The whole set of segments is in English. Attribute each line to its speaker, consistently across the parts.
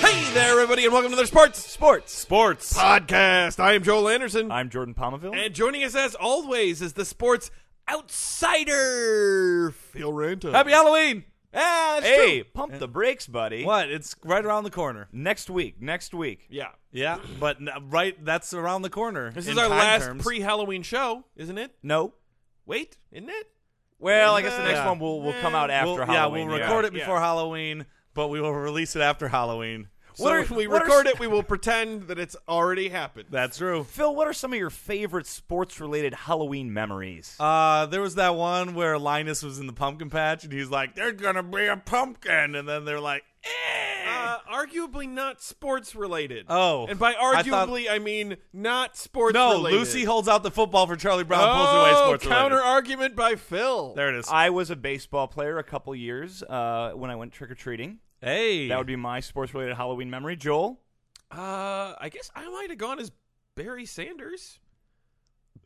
Speaker 1: Hey there, everybody, and welcome to their sports sports
Speaker 2: Sports.
Speaker 1: podcast. I am Joel Anderson,
Speaker 2: I'm Jordan Palmaville.
Speaker 1: and joining us as always is the sports outsider Phil Ranta.
Speaker 2: Happy Halloween!
Speaker 1: Ah, that's
Speaker 3: Hey,
Speaker 1: true.
Speaker 3: pump the brakes, buddy.
Speaker 2: What? It's right around the corner.
Speaker 3: Next week, next week.
Speaker 1: yeah,
Speaker 2: Yeah, but n- right, that's around the corner.
Speaker 1: this
Speaker 2: in
Speaker 1: is our
Speaker 2: time
Speaker 1: last
Speaker 2: terms.
Speaker 1: pre-Halloween show, isn't it?
Speaker 3: No.
Speaker 1: Wait, isn't it?
Speaker 3: Well, I guess the
Speaker 1: Yeah.
Speaker 3: next one will will come out after
Speaker 2: We'll- Yeah,
Speaker 3: Halloween.
Speaker 2: we'll record it
Speaker 1: Yeah.
Speaker 2: before Halloween, but we will release it after Halloween.
Speaker 1: So
Speaker 3: are-
Speaker 1: if we
Speaker 3: what are-
Speaker 1: record it, we will pretend that it's already happened.
Speaker 2: That's true.
Speaker 3: Phil, what are some of your favorite sports-related Halloween memories?
Speaker 2: Uh, there was that one where Linus was in the pumpkin patch, and he's like, "There's gonna be a pumpkin," and then they're like, eh.
Speaker 1: uh, arguably not sports related.
Speaker 2: Oh.
Speaker 1: and by
Speaker 2: I thought-
Speaker 1: arguably, I, mean not sports.
Speaker 2: "No,
Speaker 1: related.
Speaker 2: Lucy holds out the football for Charlie Brown." pulls it away.
Speaker 1: Oh,
Speaker 2: Sports
Speaker 1: counter
Speaker 2: related.
Speaker 1: argument by Phil.
Speaker 2: There it is.
Speaker 3: I was a baseball player a couple years uh, when I went trick-or-treating.
Speaker 2: hey,
Speaker 3: That would be my sports-related Halloween memory. Joel?
Speaker 1: Uh, I guess I might have gone as Barry Sanders.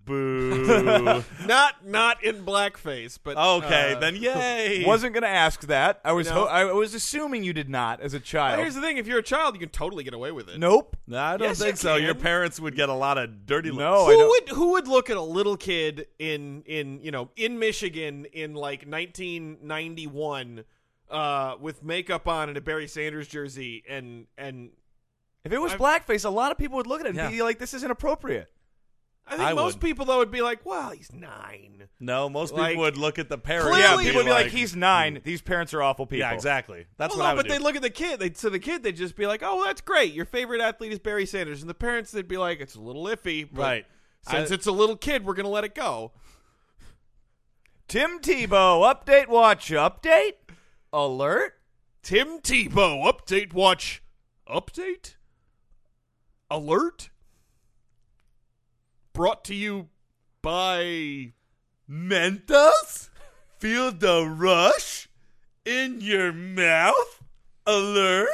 Speaker 2: boo.
Speaker 1: Not not in blackface, but
Speaker 2: okay,
Speaker 1: uh,
Speaker 2: then yay.
Speaker 3: Wasn't going to ask that. I was
Speaker 1: No.
Speaker 3: ho- I was assuming you did not as a
Speaker 1: Well,
Speaker 3: child.
Speaker 1: here's the thing: if you're a child, you can totally get away with it.
Speaker 3: nope.
Speaker 2: No, I don't
Speaker 1: Yes, you
Speaker 2: think so. Your
Speaker 1: can.
Speaker 2: parents would get a lot of dirty looks.
Speaker 3: No, I
Speaker 1: who
Speaker 3: don't-
Speaker 1: would who would look at a little kid in in you know in Michigan in like 1991 uh, with makeup on and a Barry Sanders jersey and and
Speaker 3: If it was
Speaker 1: I've-
Speaker 3: blackface, a lot of people would look at it and
Speaker 2: Yeah.
Speaker 3: be like, this is inappropriate.
Speaker 1: I think
Speaker 2: I
Speaker 1: most
Speaker 2: would.
Speaker 1: people though would be like, well, he's nine.
Speaker 2: No, most
Speaker 1: Like,
Speaker 2: people would look at the parents.
Speaker 1: clearly-
Speaker 2: and
Speaker 3: Yeah, people would be like, he's nine. These parents are awful people.
Speaker 2: Yeah, exactly. That's
Speaker 1: Well,
Speaker 2: what
Speaker 1: no,
Speaker 2: I would
Speaker 1: but
Speaker 2: do.
Speaker 1: they look at the kid. They to the kid, they'd just be like, "Oh, that's great. Your favorite athlete is Barry Sanders." And the parents, they'd be like, "It's a little iffy, but
Speaker 2: Right.
Speaker 1: Since
Speaker 2: I-
Speaker 1: it's a little kid, we're gonna let it go."
Speaker 3: Tim Tebow, update watch, update alert.
Speaker 1: Tim Tebow update watch update alert brought to you by
Speaker 2: Mentos? Feel the rush in your mouth? Alert?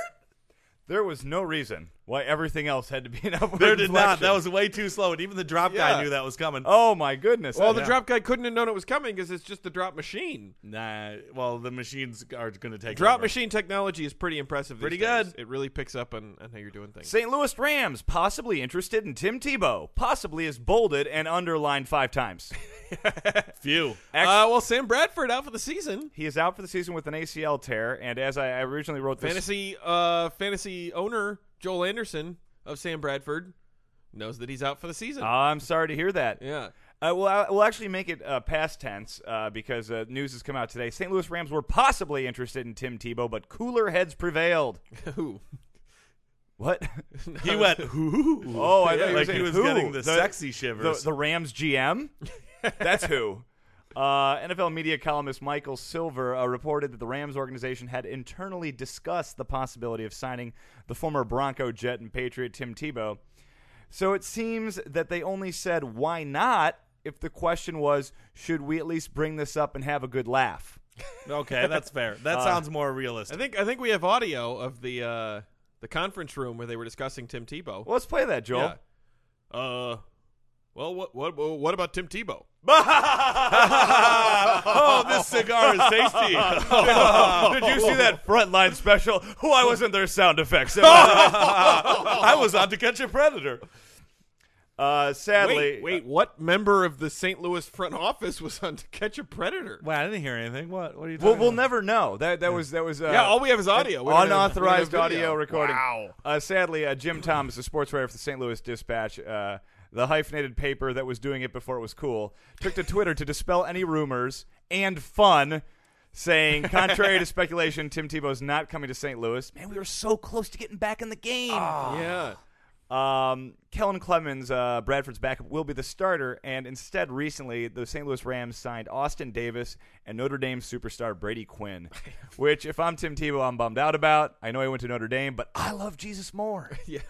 Speaker 3: There was no reason why everything else had to be an upward
Speaker 2: There did not.
Speaker 3: inflection.
Speaker 2: That was way too slow, and even the drop guy
Speaker 1: Yeah.
Speaker 2: knew that was coming.
Speaker 3: oh my goodness.
Speaker 1: Well, the
Speaker 3: Yeah.
Speaker 1: drop guy couldn't have known it was coming because it's just the drop machine.
Speaker 2: Nah. Well, the machines are going to take
Speaker 1: Drop
Speaker 2: over.
Speaker 1: machine technology is pretty impressive. These
Speaker 2: Pretty
Speaker 1: days.
Speaker 2: good.
Speaker 1: It really picks up on, on how you're doing things.
Speaker 3: St. Louis Rams possibly interested in Tim Tebow. Possibly is bolded and underlined five times.
Speaker 2: Phew.
Speaker 1: Uh, well, Sam Bradford out for the season.
Speaker 3: He is out for the season with an ACL tear, and as I originally wrote this,
Speaker 1: Fantasy uh, fantasy owner Joel Anderson of Sam Bradford knows that he's out for the season.
Speaker 3: I'm sorry to hear that.
Speaker 1: yeah.
Speaker 3: Uh, well, I, we'll actually make it uh, past tense uh, because uh, news has come out today. St. Louis Rams were possibly interested in Tim Tebow, but cooler heads prevailed.
Speaker 1: Who?
Speaker 3: What?
Speaker 2: He went, ooh.
Speaker 3: Oh, I thought you were
Speaker 2: like
Speaker 3: saying
Speaker 2: he was
Speaker 3: who?
Speaker 2: getting the,
Speaker 3: The-
Speaker 2: sexy
Speaker 3: the,
Speaker 2: shivers.
Speaker 3: the Rams GM? That's who. Uh, NFL media columnist Michael Silver uh, reported that the Rams organization had internally discussed the possibility of signing the former Bronco Jet and Patriot Tim Tebow. So it seems that they only said, why not, if the question was, should we at least bring this up and have a good laugh?
Speaker 2: okay, that's fair. That sounds more realistic.
Speaker 1: I think I think we have audio of the uh, the conference room where they were discussing Tim Tebow.
Speaker 3: Well, let's play that, Joel.
Speaker 1: Yeah. Uh, well, what what what about Tim Tebow?
Speaker 2: oh, this cigar is tasty.
Speaker 1: Oh.
Speaker 3: Did you see that frontline special? Oh, I wasn't their sound effects. I was on to catch a predator. Uh, sadly,
Speaker 1: Wait, wait, what member of the St. Louis front office was on to catch a predator?
Speaker 2: Wow, I didn't hear anything. What? What are you
Speaker 3: uh, We'll,
Speaker 2: talking
Speaker 3: we'll
Speaker 2: about?
Speaker 3: never know. That that was that was uh,
Speaker 1: yeah, all we have is audio. We don't have- we don't have
Speaker 3: unauthorized
Speaker 1: video.
Speaker 3: audio recording.
Speaker 1: Wow.
Speaker 3: Uh, sadly, uh, Jim Thomas, the sports writer for the St. Louis Dispatch, uh, the hyphenated paper that was doing it before it was cool, took to Twitter to dispel any rumors and fun, saying, contrary to
Speaker 1: Ah.
Speaker 3: speculation, Tim Tebow's not coming to St. Louis. Man, we were so close to getting back in the game.
Speaker 1: Yeah.
Speaker 3: Um, Kellen Clemens, uh, Bradford's backup, will be the starter, and instead, recently, the St. Louis Rams signed Austin Davis and Notre Dame superstar Brady Quinn, which, if I'm Tim Tebow, I'm bummed out about. I know he went to Notre Dame, but I love Jesus more.
Speaker 1: Yeah.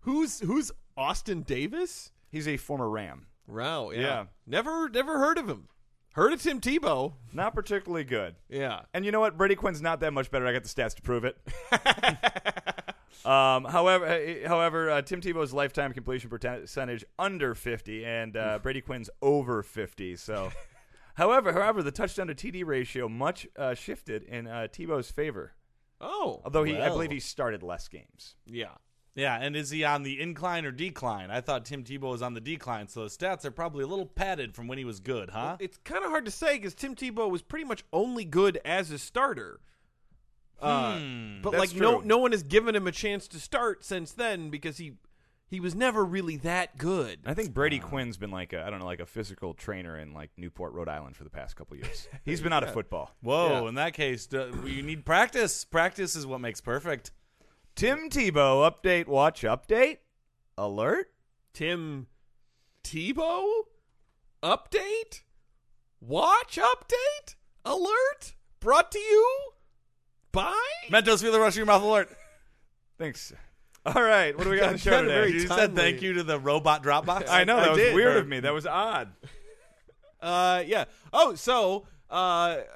Speaker 1: Who's who's Austin Davis?
Speaker 3: He's a former Ram.
Speaker 1: Wow. Yeah.
Speaker 3: Yeah.
Speaker 1: Never never heard of him. Heard of Tim Tebow.
Speaker 3: Not particularly good.
Speaker 1: Yeah.
Speaker 3: And you know what? Brady Quinn's not that much better. I got the stats to prove it. um, however, eh, however, uh, Tim Tebow's lifetime completion percentage under 50, and uh, Brady Quinn's over 50. So, however, however, the touchdown to TD ratio much uh, shifted in uh, Tebow's favor.
Speaker 1: Oh.
Speaker 3: Although he, I
Speaker 2: Well.
Speaker 3: believe, he started less games.
Speaker 1: Yeah.
Speaker 2: Yeah, and is he on the incline or decline? I thought Tim Tebow was on the decline, so his stats are probably a little padded from when he was good, huh?
Speaker 1: It's kind of hard to say because Tim Tebow was pretty much only good as a starter. Uh, but
Speaker 3: Hmm. That's
Speaker 1: like no
Speaker 3: true.
Speaker 1: no one has given him a chance to start since then because he he was never really that good.
Speaker 3: And I think Brady Quinn's been like a, I don't know, like a physical trainer in like Newport, Rhode Island, for the past couple years. He's been out of football.
Speaker 2: Whoa,
Speaker 1: Yeah.
Speaker 2: in that case, d- you need practice. Practice is what makes perfect.
Speaker 3: Tim Tebow update, watch update, alert.
Speaker 1: Tim Tebow update watch update alert brought to you by
Speaker 2: Mentos, feel the rush of your mouth alert.
Speaker 3: Thanks. All right, what do we got on the show
Speaker 1: Kinda
Speaker 3: today?
Speaker 1: very
Speaker 2: You said
Speaker 1: timely.
Speaker 2: thank you to the robot Dropbox.
Speaker 3: I know
Speaker 1: I
Speaker 3: that was
Speaker 1: did.
Speaker 3: weird
Speaker 1: Or-
Speaker 3: of me. That was odd.
Speaker 1: uh yeah oh so uh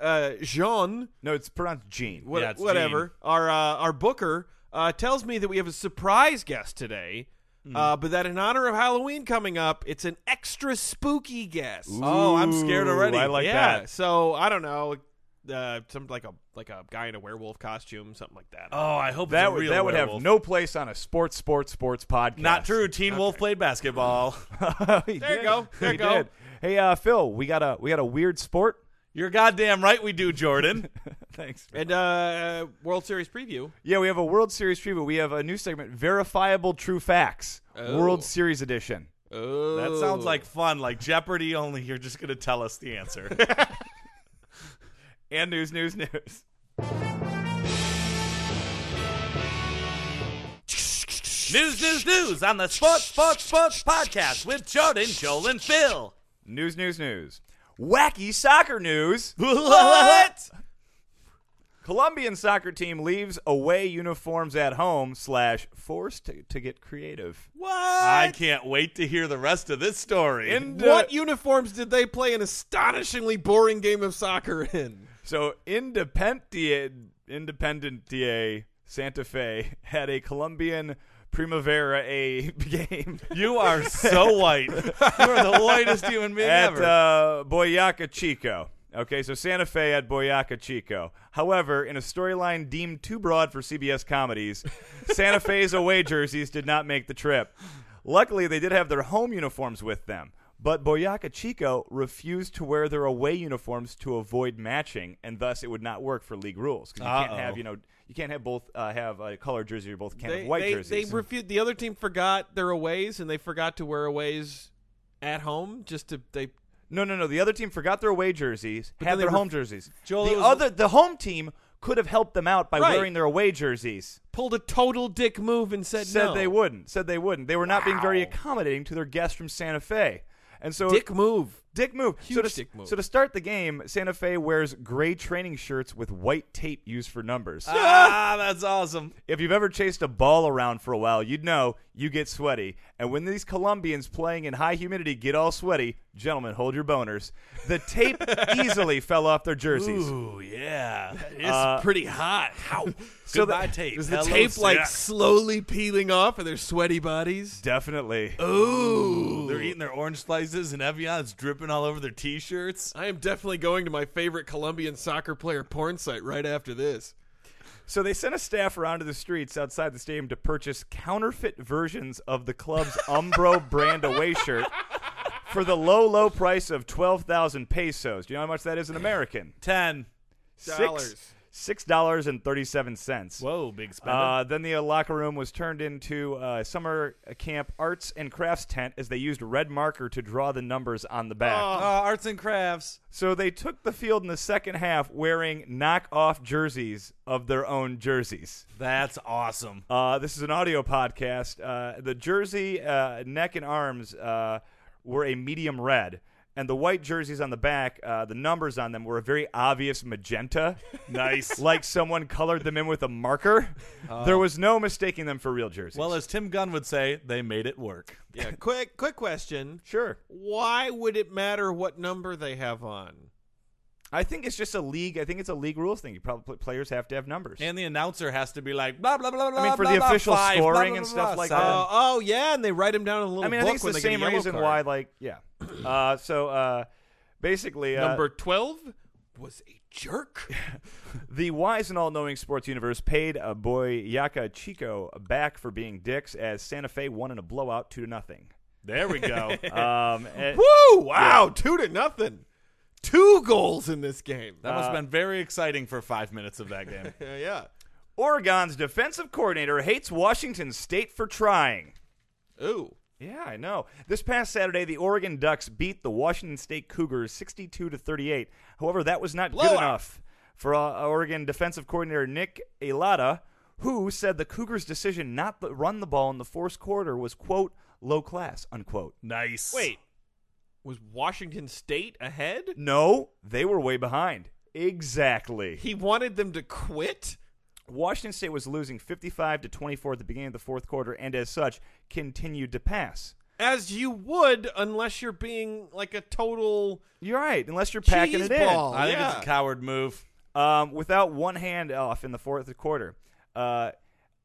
Speaker 1: uh Jean
Speaker 3: No, it's pronounced Gene.
Speaker 1: what,
Speaker 2: Yeah, it's
Speaker 1: whatever
Speaker 2: Gene.
Speaker 1: our uh, our booker uh, tells me that we have a surprise guest today uh, but that in honor of Halloween coming up it's an extra spooky guest
Speaker 2: Oh, I'm scared
Speaker 3: Ooh,
Speaker 2: already.
Speaker 3: I like
Speaker 1: yeah
Speaker 3: that.
Speaker 1: so I don't know uh some like a like a guy in a werewolf costume something like that
Speaker 2: Oh, I hope it's
Speaker 3: That
Speaker 2: a
Speaker 3: would
Speaker 2: real
Speaker 3: that would have
Speaker 2: werewolf.
Speaker 3: no place on a sports, sports, sports podcast. Oh,
Speaker 2: Not true. Teen Wolf played basketball.
Speaker 3: there
Speaker 1: you go. There you go.
Speaker 3: Hey, uh, Phil, we got a we got a weird sport.
Speaker 2: You're goddamn right we do, Jordan.
Speaker 3: Thanks.
Speaker 1: and uh, World Series preview.
Speaker 3: Yeah, we have a World Series preview. We have a new segment, verifiable true facts,
Speaker 1: Oh.
Speaker 3: World Series edition.
Speaker 1: Oh,
Speaker 2: That sounds like fun, like Jeopardy, only you're just going to tell us the answer.
Speaker 3: And news, news, news.
Speaker 2: news, news, news on the Sports, Sports, Sports podcast with Jordan, Joel, and Phil.
Speaker 3: News, news, news. Wacky soccer news.
Speaker 2: What?
Speaker 3: Colombian soccer team leaves away uniforms at home slash forced to, to get creative.
Speaker 1: what?
Speaker 2: I can't wait to hear the rest of this story.
Speaker 3: In-
Speaker 1: what uniforms did they play an astonishingly boring game of soccer in?
Speaker 3: So Independiente, Independiente Santa Fe had a Colombian Primavera A game
Speaker 2: you are so white. You are the whitest human being
Speaker 3: at
Speaker 2: ever.
Speaker 3: uh, Boyaca Chico. Okay, so Santa Fe at Boyaca Chico. However, in a storyline deemed too broad for CBS comedies, Santa Fe's away jerseys did not make the trip. Luckily, they did have their home uniforms with them, but Boyaca Chico refused to wear their away uniforms to avoid matching, and thus it would not work for league rules because you
Speaker 2: Uh-oh.
Speaker 3: can't have you know you can't have both uh, have a color jersey or both can't
Speaker 1: They,
Speaker 3: have white
Speaker 1: they,
Speaker 3: jerseys.
Speaker 1: they refused. The other team forgot their aways, and they forgot to wear aways at home. Just to they.
Speaker 3: No, no, no. The other team forgot their away jerseys,
Speaker 1: But then
Speaker 3: had
Speaker 1: they
Speaker 3: their
Speaker 1: were-
Speaker 3: home jerseys.
Speaker 2: Joel, it
Speaker 3: the
Speaker 2: was-
Speaker 3: other, the home team could have helped them out by
Speaker 1: Right.
Speaker 3: wearing their away jerseys.
Speaker 1: Pulled a total dick move and said,
Speaker 3: Said
Speaker 1: no.
Speaker 3: they wouldn't. Said they wouldn't. They were not being very accommodating to their guests from Santa Fe, and so
Speaker 1: Dick move.
Speaker 3: dick move. so
Speaker 1: Huge
Speaker 3: to,
Speaker 1: dick move.
Speaker 3: So to start the game, Santa Fe wears gray training shirts with white tape used for numbers.
Speaker 2: ah, that's awesome.
Speaker 3: If you've ever chased a ball around for a while, you'd know you get sweaty. And when these Colombians playing in high humidity get all sweaty, gentlemen, hold your boners. The tape easily fell off their jerseys.
Speaker 2: Ooh, yeah.
Speaker 1: It's pretty hot. How?
Speaker 2: So
Speaker 3: Goodbye,
Speaker 2: the, tape.
Speaker 1: Is the tape like slowly peeling off of their sweaty bodies?
Speaker 3: Definitely.
Speaker 1: Ooh.
Speaker 2: they're eating their orange slices and Evian's dripping all over their t-shirts.
Speaker 1: I am definitely going to my favorite Colombian soccer player porn site right after this.
Speaker 3: So they sent a staff around to the streets outside the stadium to purchase counterfeit versions of the club's Umbro brand away shirt for the low, low price of 12,000 pesos. Do you know how much that is in American?
Speaker 2: Ten.
Speaker 3: Six-
Speaker 1: Dollars.
Speaker 3: six dollars and thirty seven cents.
Speaker 2: Whoa, big spender.
Speaker 3: Uh, then the uh, locker room was turned into a summer camp arts and crafts tent as they used red marker to draw the numbers on the back.
Speaker 2: Uh, arts and crafts.
Speaker 3: So they took the field in the second half wearing knockoff jerseys of their own jerseys.
Speaker 2: That's awesome.
Speaker 3: Uh, this is an audio podcast. Uh, the jersey uh, neck and arms uh, were a medium red, and the white jerseys on the back, uh, the numbers on them were a very obvious magenta.
Speaker 2: Nice. Uh-huh.
Speaker 3: like someone colored them in with a marker. there was no mistaking them for real jerseys.
Speaker 2: well, as Tim Gunn would say, they made it work.
Speaker 1: Yeah. quick, quick question.
Speaker 3: sure.
Speaker 1: Why would it matter what number they have on?
Speaker 3: I think it's just a league. I think it's a league rules thing. You probably players have to have numbers.
Speaker 2: And the announcer has to be like blah blah blah blah.
Speaker 3: I mean, for
Speaker 2: blah,
Speaker 3: the
Speaker 2: blah,
Speaker 3: official
Speaker 2: five, blah,
Speaker 3: scoring
Speaker 2: blah,
Speaker 3: and
Speaker 2: blah,
Speaker 3: stuff
Speaker 2: blah, uh,
Speaker 3: like
Speaker 2: seven.
Speaker 3: that.
Speaker 1: Oh, oh yeah, and they write them down in a little
Speaker 3: Um, I mean, I
Speaker 1: book
Speaker 3: think it's
Speaker 1: when
Speaker 3: the
Speaker 1: they get a
Speaker 3: same
Speaker 1: yellow
Speaker 3: reason
Speaker 1: card.
Speaker 3: why, like, yeah. Uh, so uh, basically, uh,
Speaker 1: number twelve was a jerk.
Speaker 3: the wise and all-knowing sports universe paid a boy Yaka Chico back for being dicks as Santa Fe won in a blowout two to nothing.
Speaker 2: There we go.
Speaker 3: Um, and-
Speaker 1: Woo! Wow, two to nothing. Two goals in this game.
Speaker 2: That must have been very exciting for five minutes of that game.
Speaker 1: yeah, yeah.
Speaker 3: Oregon's defensive coordinator hates Washington State for trying.
Speaker 1: Ooh.
Speaker 3: Yeah, I know. This past Saturday, the Oregon Ducks beat the Washington State Cougars 62 to 38. However, that was not
Speaker 1: Blowout.
Speaker 3: good enough for uh, Oregon defensive coordinator Nick Elada, who said the Cougars' decision not to run the ball in the fourth quarter was "quote low class." Unquote.
Speaker 2: Nice.
Speaker 1: Wait, was Washington State ahead?
Speaker 3: No, they were way behind. Exactly.
Speaker 1: He wanted them to quit.
Speaker 3: Washington State was losing 55 to 24 at the beginning of the fourth quarter, and as such, continued to pass.
Speaker 1: As you would, unless you're being like a total.
Speaker 3: You're right, unless you're packing it in.
Speaker 1: Cheeseball.
Speaker 2: I think
Speaker 1: Yeah.
Speaker 2: it's a coward move.
Speaker 3: um, without one hand off in the fourth quarter. Uh,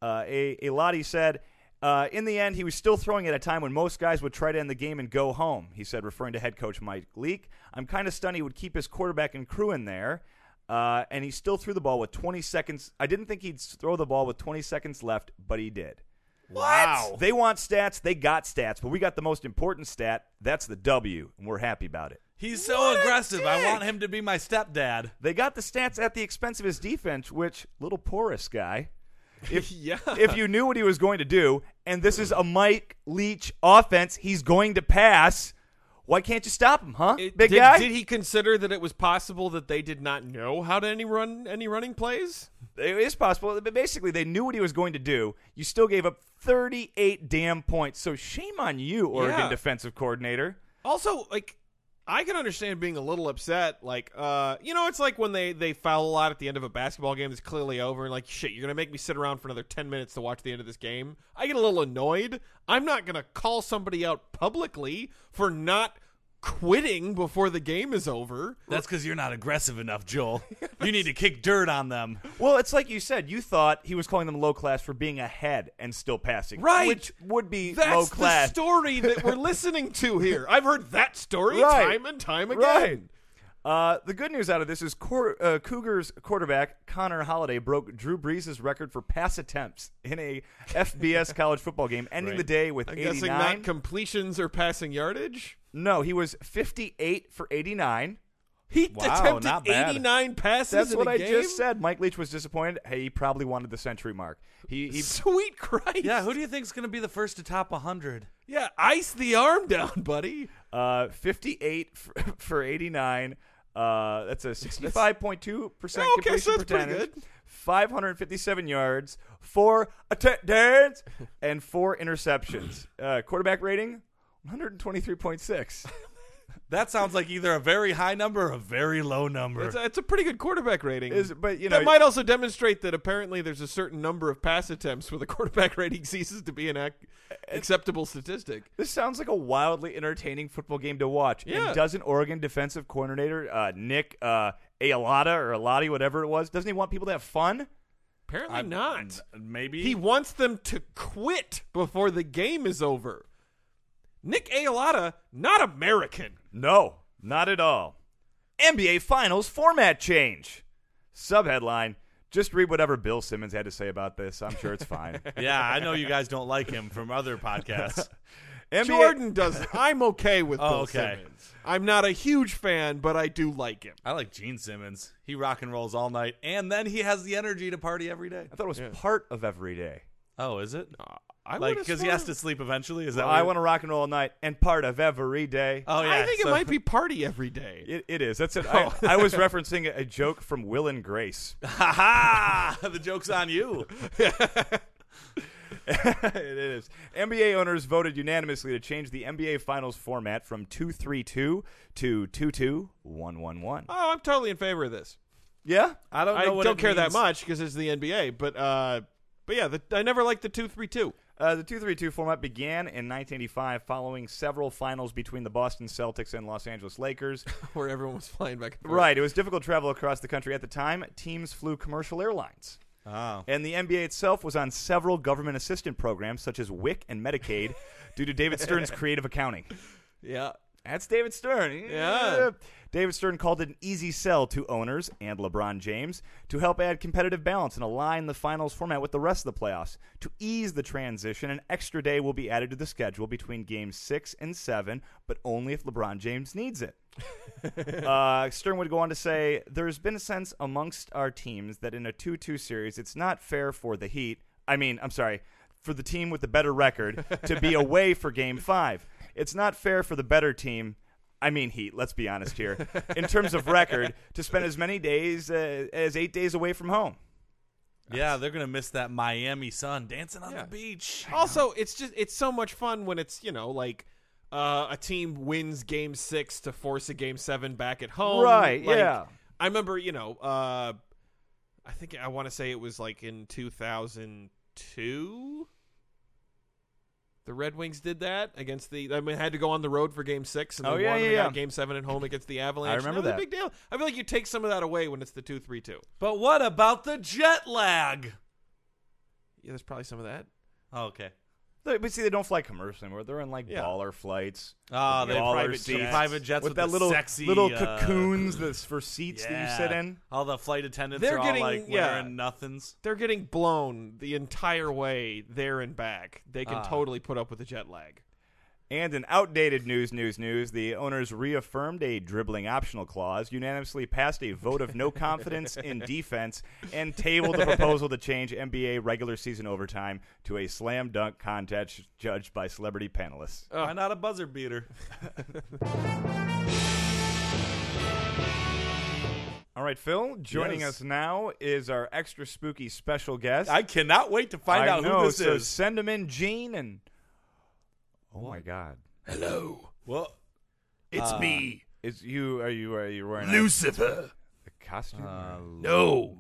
Speaker 3: uh, a Eladi said, uh, in the end, he was still throwing at a time when most guys would try to end the game and go home. He said, referring to head coach Mike Leake. I'm kind of stunned he would keep his quarterback and crew in there. Uh, and he still threw the ball with 20 seconds. I didn't think he'd s- throw the ball with 20 seconds left, but he did.
Speaker 2: Wow.
Speaker 3: They want stats. They got stats, but we got the most important stat. That's the W, and we're happy about it.
Speaker 2: He's so
Speaker 1: What a
Speaker 2: aggressive. I
Speaker 1: dick.
Speaker 2: want him to be my stepdad.
Speaker 3: They got the stats at the expense of his defense, which little porous guy.
Speaker 1: yeah.
Speaker 3: If you knew what he was going to do, and this is a Mike Leach offense, he's going to pass. Why can't you stop him, huh,
Speaker 1: It-
Speaker 3: big
Speaker 1: did,
Speaker 3: guy?
Speaker 1: Did he consider that it was possible that they did not know how to any run any running plays?
Speaker 3: it is possible, but basically they knew what he was going to do. You still gave up 38 damn points, so shame on you, Oregon
Speaker 1: Yeah.
Speaker 3: defensive coordinator.
Speaker 1: Also, like I can understand being a little upset. Like, uh, you know, it's like when they they foul a lot at the end of a basketball game that's clearly over, and like, shit, you're gonna make me sit around for another ten minutes to watch the end of this game. I get a little annoyed. I'm not gonna call somebody out publicly for not quitting before the game is over.
Speaker 2: That's because you're not aggressive enough, Joel. you need to kick dirt on them.
Speaker 3: Well, it's like you said, you thought he was calling them low class for being ahead and still passing,
Speaker 1: Right.
Speaker 3: Which would be
Speaker 1: That's
Speaker 3: low class.
Speaker 1: the story that we're listening to here. I've heard that story
Speaker 3: Right.
Speaker 1: time and time again.
Speaker 3: Right. Uh, the good news out of this is Cor- uh, Cougars quarterback Connor Holiday broke Drew Brees' record for pass attempts in a FBS college football game, ending the day with
Speaker 1: I'm guessing
Speaker 3: 89.
Speaker 1: not completions or passing yardage.
Speaker 3: no, he was 58 for 89.
Speaker 1: He
Speaker 2: Wow,
Speaker 1: attempted
Speaker 2: not bad.
Speaker 1: 89 passes
Speaker 3: That's
Speaker 1: in
Speaker 3: what
Speaker 1: a
Speaker 3: I
Speaker 1: game?
Speaker 3: just said. Mike Leach was disappointed. Hey, he probably wanted the century mark. He, he
Speaker 1: Sweet Christ.
Speaker 2: Yeah, who do you think's going to be the first to top 100?
Speaker 1: Yeah, ice the arm down, buddy.
Speaker 3: uh, 58 for, for 89. Uh, that's a 65.2 percent
Speaker 1: Yeah, okay,
Speaker 3: completion
Speaker 1: so that's pretty
Speaker 3: percentage.
Speaker 1: good.
Speaker 3: 557 yards, four attempts, and four interceptions. Uh, quarterback rating 123.6.
Speaker 2: That sounds like either a very high number or a very low number.
Speaker 1: It's a, it's a pretty good quarterback rating.
Speaker 3: Is- but, you know-
Speaker 1: that might also demonstrate that apparently there's a certain number of pass attempts where the quarterback rating ceases to be an ac-
Speaker 2: Uh,
Speaker 1: acceptable statistic.
Speaker 3: This sounds like a wildly entertaining football game to watch.
Speaker 1: Yeah.
Speaker 3: And doesn't Oregon defensive coordinator uh, Nick uh, Alada or Alati, whatever it was, doesn't he want people to have fun?
Speaker 1: Apparently
Speaker 2: I'm- uh,
Speaker 1: not.
Speaker 2: Maybe.
Speaker 1: He wants them to quit before the game is over. Nick Ayalata, not American.
Speaker 3: No, not at all. NBA Finals format change. Subheadline Just read whatever Bill Simmons had to say about this. I'm sure it's fine.
Speaker 2: yeah, I know you guys don't like him from other podcasts.
Speaker 3: NBA
Speaker 1: Jordan doesn't. I'm okay with Bill
Speaker 2: okay.
Speaker 1: Simmons. I'm not a huge fan, but I do like him.
Speaker 2: I like Gene Simmons. He rock and rolls all night, and then he has the energy to party every day.
Speaker 3: I thought it was part of every day.
Speaker 2: Oh, is it?
Speaker 1: Uh, I
Speaker 2: like
Speaker 1: would've
Speaker 2: because he
Speaker 1: sworn-
Speaker 2: has to sleep eventually. Is that?
Speaker 3: I
Speaker 2: what-
Speaker 3: want to rock and roll all night and part of every day.
Speaker 2: Oh yeah.
Speaker 1: I think
Speaker 2: so-
Speaker 1: it might be party every day.
Speaker 3: It, it is. That's it. I, I was referencing a- a joke from Will and Grace.
Speaker 2: Ha ha! The joke's on you.
Speaker 3: it is. NBA owners voted unanimously to change the NBA Finals format from 2-3-2 to 2-2-1-1-1.
Speaker 1: Oh, I'm totally in favor of this.
Speaker 3: Yeah?
Speaker 2: I don't know.
Speaker 1: I
Speaker 2: what
Speaker 1: don't
Speaker 2: it
Speaker 1: care that
Speaker 2: means.
Speaker 1: much because it's the NBA. But uh, but yeah, the, I never liked the two three two.
Speaker 3: Uh, the 2-3-2 format began in 1985 following several finals between the Boston Celtics and Los Angeles Lakers.
Speaker 1: where everyone was flying back and forth.
Speaker 3: right. It was difficult to travel across the country at the time. Teams flew commercial airlines.
Speaker 2: Oh.
Speaker 3: And the NBA itself was on several government assistance programs such as WIC and Medicaid due to David Stern's creative accounting.
Speaker 1: Yeah.
Speaker 3: That's David Stern.
Speaker 1: Yeah.
Speaker 3: David Stern called it an easy sell to owners and LeBron James to help add competitive balance and align the finals format with the rest of the playoffs. To ease the transition, an extra day will be added to the schedule between games six and seven, but only if LeBron James needs it. uh, Stern would go on to say, There's been a sense amongst our teams that in a 2 2 series, it's not fair for the Heat. I mean, I'm sorry, for the team with the better record to be away for game five. It's not fair for the better team. I mean, Heat, let's be honest here, in terms of record, to spend as many days uh, as eight days away from home.
Speaker 2: Yeah, they're gonna miss that Miami sun dancing on
Speaker 1: Yeah.
Speaker 2: the beach.
Speaker 1: Also, it's just it's so much fun when it's you know like uh, a team wins game six to force a game seven back at
Speaker 2: Oh,
Speaker 1: home.
Speaker 3: Right,
Speaker 1: Like,
Speaker 3: yeah.
Speaker 1: I remember you know uh, I think I want to say it was like in two thousand two. The Red Wings did that against the. I mean, had to go on the road for Game Six, and they
Speaker 3: Oh, yeah,
Speaker 1: won. and
Speaker 3: yeah,
Speaker 1: they got
Speaker 3: yeah.
Speaker 1: Game Seven at home against the Avalanche.
Speaker 3: remember
Speaker 1: was a
Speaker 3: that.
Speaker 1: big deal. I feel like you take some of that away when it's the two-three-two.
Speaker 2: But what about the jet lag?
Speaker 1: Yeah, there's probably some of that.
Speaker 2: Oh, okay.
Speaker 3: They- But see, they don't fly commercial anymore. They're on like
Speaker 1: Yeah.
Speaker 3: baller flights.
Speaker 2: Ah,
Speaker 3: with
Speaker 2: they
Speaker 3: baller
Speaker 2: private
Speaker 3: seats,
Speaker 2: jets. Private jets
Speaker 3: with,
Speaker 2: with
Speaker 3: that
Speaker 2: the
Speaker 3: little
Speaker 2: sexy,
Speaker 3: little
Speaker 2: uh,
Speaker 3: cocoons that's for seats that you
Speaker 2: Yeah.
Speaker 3: sit in.
Speaker 2: All the flight attendants
Speaker 1: They're
Speaker 2: are
Speaker 1: getting-
Speaker 2: all like
Speaker 1: yeah.
Speaker 2: wearing nothings.
Speaker 1: they're getting blown the entire way there and back. They can
Speaker 2: Ah.
Speaker 1: totally put up with the jet lag.
Speaker 3: And in outdated news, news, news, the owners reaffirmed a dribbling optional clause, unanimously passed a vote of no confidence in defense, and tabled the proposal to change NBA regular season overtime to a slam dunk contest judged by celebrity panelists.
Speaker 2: Why not a buzzer beater?
Speaker 3: All right, Phil, joining
Speaker 2: Yes.
Speaker 3: us now is our extra spooky special guest.
Speaker 2: I cannot wait to find
Speaker 3: I
Speaker 2: out
Speaker 3: know,
Speaker 2: who this
Speaker 3: so
Speaker 2: is.
Speaker 3: Send him in, Gene, and oh my God,
Speaker 4: Hello,
Speaker 2: Well,
Speaker 4: it's me,
Speaker 3: is you are you are you wearing a-
Speaker 4: Lucifer.
Speaker 3: a, costume?
Speaker 2: Uh,
Speaker 4: No,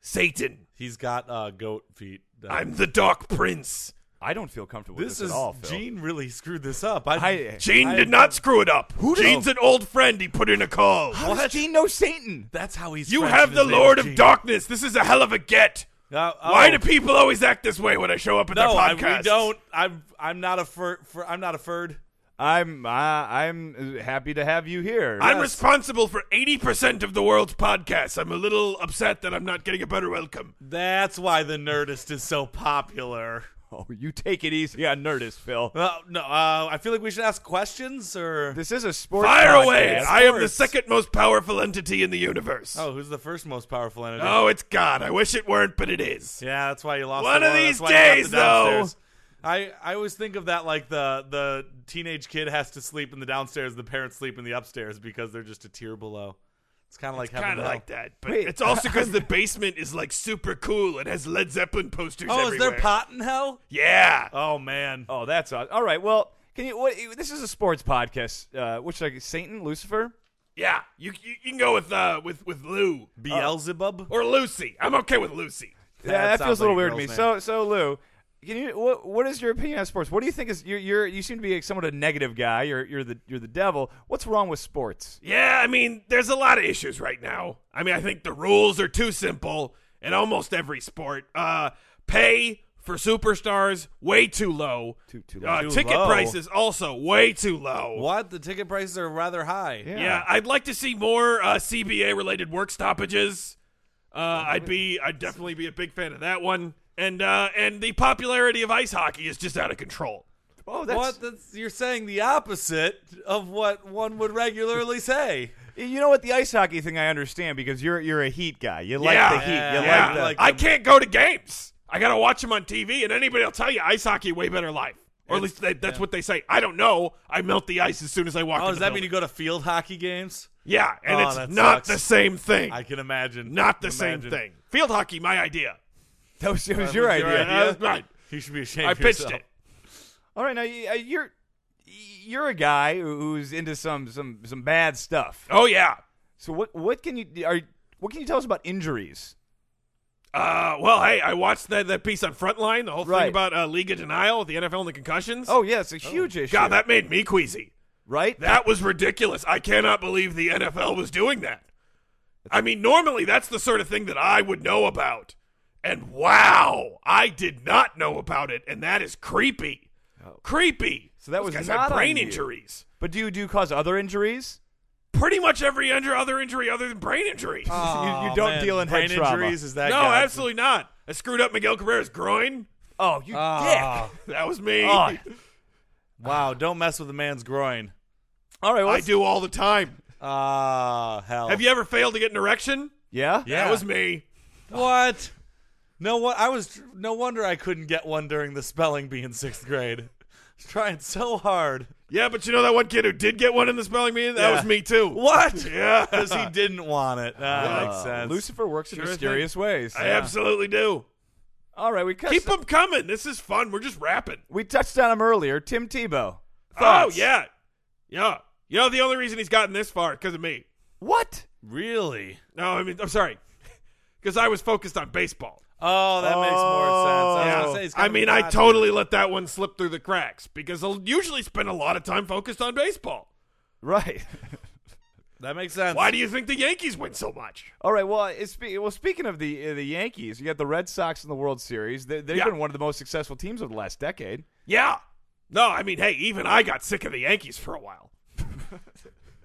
Speaker 4: Satan.
Speaker 2: he's got uh, goat feet. Uh,
Speaker 4: I'm the Dark Prince.
Speaker 3: I don't feel comfortable
Speaker 2: this
Speaker 3: with
Speaker 2: is
Speaker 3: this at all, Phil.
Speaker 2: Gene really screwed this up. I,
Speaker 3: I-
Speaker 4: Gene did not screw it up. Gene's an old friend. He put in a call.
Speaker 3: How does Gene know Satan?
Speaker 2: that's how he's.
Speaker 4: You
Speaker 2: French
Speaker 4: have
Speaker 2: and
Speaker 4: the
Speaker 2: his name
Speaker 4: Lord
Speaker 2: is
Speaker 4: of
Speaker 2: Gene.
Speaker 4: Darkness. This is a hell of a get.
Speaker 2: Uh, oh.
Speaker 4: Why do people always act this way when I show up at
Speaker 2: No,
Speaker 4: their
Speaker 2: I,
Speaker 4: podcast?
Speaker 2: we don't. I'm. I'm not a fur, fur. I'm not a furred.
Speaker 3: I'm uh, I'm happy to have you here.
Speaker 4: I'm
Speaker 3: Yes.
Speaker 4: responsible for 80% of the world's podcasts. I'm a little upset that I'm not getting a better welcome.
Speaker 2: That's why the Nerdist is so popular.
Speaker 3: oh, you take it easy on Nerdist, Phil.
Speaker 2: Uh, no, uh, I feel like we should ask questions or.
Speaker 3: This is a sports
Speaker 4: Fire
Speaker 3: podcast.
Speaker 4: away. I am the
Speaker 2: course.
Speaker 4: second most powerful entity in the universe.
Speaker 2: Oh, who's the first most powerful entity?
Speaker 4: Oh, it's God. I wish it weren't, but it is.
Speaker 2: Yeah, that's why you lost.
Speaker 4: One
Speaker 2: the
Speaker 4: of
Speaker 2: war.
Speaker 4: these
Speaker 2: That's why you got
Speaker 4: days,
Speaker 2: the downstairs. I, I always think of that like the the teenage kid has to sleep in the downstairs, the parents sleep in the upstairs because they're just a tier below. It's kind of like heaven
Speaker 4: Kind of
Speaker 2: to
Speaker 4: like that, but
Speaker 3: Wait.
Speaker 4: it's also because the basement is like super cool. It has Led Zeppelin posters.
Speaker 2: hell. Oh, is
Speaker 4: everywhere.
Speaker 2: there pot in hell?
Speaker 4: Yeah.
Speaker 2: Oh man.
Speaker 3: Oh, that's aw- all right. Well, can you? What, this is a sports podcast. Uh, which like Satan, Lucifer.
Speaker 4: Yeah. You, you you can go with uh with with Lou
Speaker 2: Beelzebub.
Speaker 4: or Lucy. I'm okay with Lucy.
Speaker 3: yeah, that
Speaker 2: sounds
Speaker 3: feels a
Speaker 2: like a
Speaker 3: little weird to me.
Speaker 2: girl's name.
Speaker 3: So, so Lou, can you? What, what is your opinion on sports? What do you think is you're, you're you seem to be somewhat a negative guy. You're you're the you're the devil. What's wrong with sports?
Speaker 4: Yeah, I mean, there's a lot of issues right now. I mean, I think the rules are too simple in almost every sport. Uh, pay for superstars way too low.
Speaker 3: Too- too
Speaker 4: Uh,
Speaker 2: low. Too
Speaker 4: ticket
Speaker 2: low.
Speaker 4: prices also way too low.
Speaker 2: What? The ticket prices are rather high.
Speaker 4: Yeah. I'd like to see more uh, CBA related work stoppages. Uh, I'd be, I'd definitely be a big fan of that one. And uh, and the popularity of ice hockey is just out of control.
Speaker 3: Oh, that's
Speaker 2: what? That's, you're saying the opposite of what one would regularly say.
Speaker 3: you know what the ice hockey thing I understand because you're you're a heat guy. You like
Speaker 1: Yeah.
Speaker 3: the heat. you
Speaker 2: Yeah,
Speaker 3: like
Speaker 2: I
Speaker 3: the
Speaker 2: like-
Speaker 1: I can't go to games. I gotta watch them on TV, and anybody will tell you ice hockey way better life, or at least they, that's what they say. I don't know. I melt the ice as soon as I walk.
Speaker 2: Oh,
Speaker 1: in
Speaker 2: does
Speaker 1: the
Speaker 2: that mean
Speaker 1: building.
Speaker 2: you go to field hockey games?
Speaker 1: Yeah, and
Speaker 2: Oh, that
Speaker 1: it's not
Speaker 2: sucks.
Speaker 1: the same thing.
Speaker 2: I can imagine.
Speaker 1: not
Speaker 2: Can
Speaker 1: the same
Speaker 2: imagine.
Speaker 1: thing. Field hockey, my idea.
Speaker 3: that was, it was your
Speaker 2: was your
Speaker 3: idea.
Speaker 2: idea.
Speaker 1: That was mine.
Speaker 2: You should be ashamed.
Speaker 1: I
Speaker 2: of
Speaker 1: pitched
Speaker 2: yourself.
Speaker 1: it.
Speaker 3: All right, now you- uh, you're you're a guy who- who's into some some some bad stuff.
Speaker 1: Oh yeah.
Speaker 3: So what what can you are what can you tell us about injuries?
Speaker 1: Uh, well, hey, I watched that, that piece on Frontline, the whole
Speaker 3: Right.
Speaker 1: thing about uh, League of Denial with the NFL and the concussions.
Speaker 3: Oh yeah, it's a huge issue.
Speaker 1: God, that made me queasy.
Speaker 3: right?
Speaker 1: That was ridiculous. I cannot believe the NFL was doing that. I mean, normally that's the sort of thing that I would know about. And wow, I did not know about it, and that is creepy. Creepy.
Speaker 3: Oh. So that
Speaker 1: Those
Speaker 3: was
Speaker 1: guys
Speaker 3: not
Speaker 1: have
Speaker 3: on
Speaker 1: brain
Speaker 3: you.
Speaker 1: injuries.
Speaker 3: but do you do you cause other injuries?
Speaker 1: Pretty much every injury, other injury other than brain injuries.
Speaker 3: you,
Speaker 2: Oh,
Speaker 3: you don't
Speaker 2: man.
Speaker 3: deal in
Speaker 2: brain
Speaker 3: head trauma.
Speaker 2: injuries. Is that
Speaker 1: no,
Speaker 2: God?
Speaker 1: absolutely not. I screwed up Miguel Cabrera's groin.
Speaker 3: Oh, you
Speaker 2: Ah.
Speaker 3: dick.
Speaker 1: That was me.
Speaker 3: Oh.
Speaker 2: Wow, don't mess with a man's groin.
Speaker 3: All right, well,
Speaker 1: I
Speaker 3: let's-
Speaker 1: do all the time.
Speaker 2: Ah, hell.
Speaker 1: Have you ever failed to get an erection?
Speaker 3: Oh. Yeah?
Speaker 2: Yeah.
Speaker 1: That was me.
Speaker 2: What? No what I was no wonder I couldn't get one during the spelling bee in 6th grade. I was trying so hard.
Speaker 1: Yeah, but you know that one kid who did get one in the spelling bee? That
Speaker 2: Yeah.
Speaker 1: was me too.
Speaker 2: What?
Speaker 1: Yeah.
Speaker 2: Cuz he didn't want it. That makes
Speaker 3: Uh,
Speaker 2: sense.
Speaker 3: Lucifer works in
Speaker 1: Sure thing.
Speaker 3: mysterious ways.
Speaker 1: I absolutely do.
Speaker 3: All right, we cussed-
Speaker 1: Keep them coming. This is fun. We're just rapping.
Speaker 3: we touched on him earlier. Tim Tebow.
Speaker 1: Oh, yeah. Yeah. You know, the only reason he's gotten this far because of me.
Speaker 3: What?
Speaker 2: Really?
Speaker 1: No, I mean, I'm sorry. Because I was focused on baseball.
Speaker 2: Oh, that makes more sense. I was
Speaker 1: Oh. Yeah.
Speaker 2: gonna say, it's
Speaker 1: I
Speaker 2: gotta
Speaker 1: mean,
Speaker 2: be
Speaker 1: I
Speaker 2: God.
Speaker 1: totally let that one slip through the cracks because I'll usually spend a lot of time focused on baseball.
Speaker 3: Right.
Speaker 2: That makes sense.
Speaker 1: Why do you think the Yankees win so much?
Speaker 3: All right. Well, it's, spe- well. Speaking of the uh, the Yankees, you got the Red Sox in the World Series. They, they've
Speaker 1: Yeah.
Speaker 3: been one of the most successful teams of the last decade.
Speaker 1: Yeah. No, I mean, hey, even I got sick of the Yankees for a while.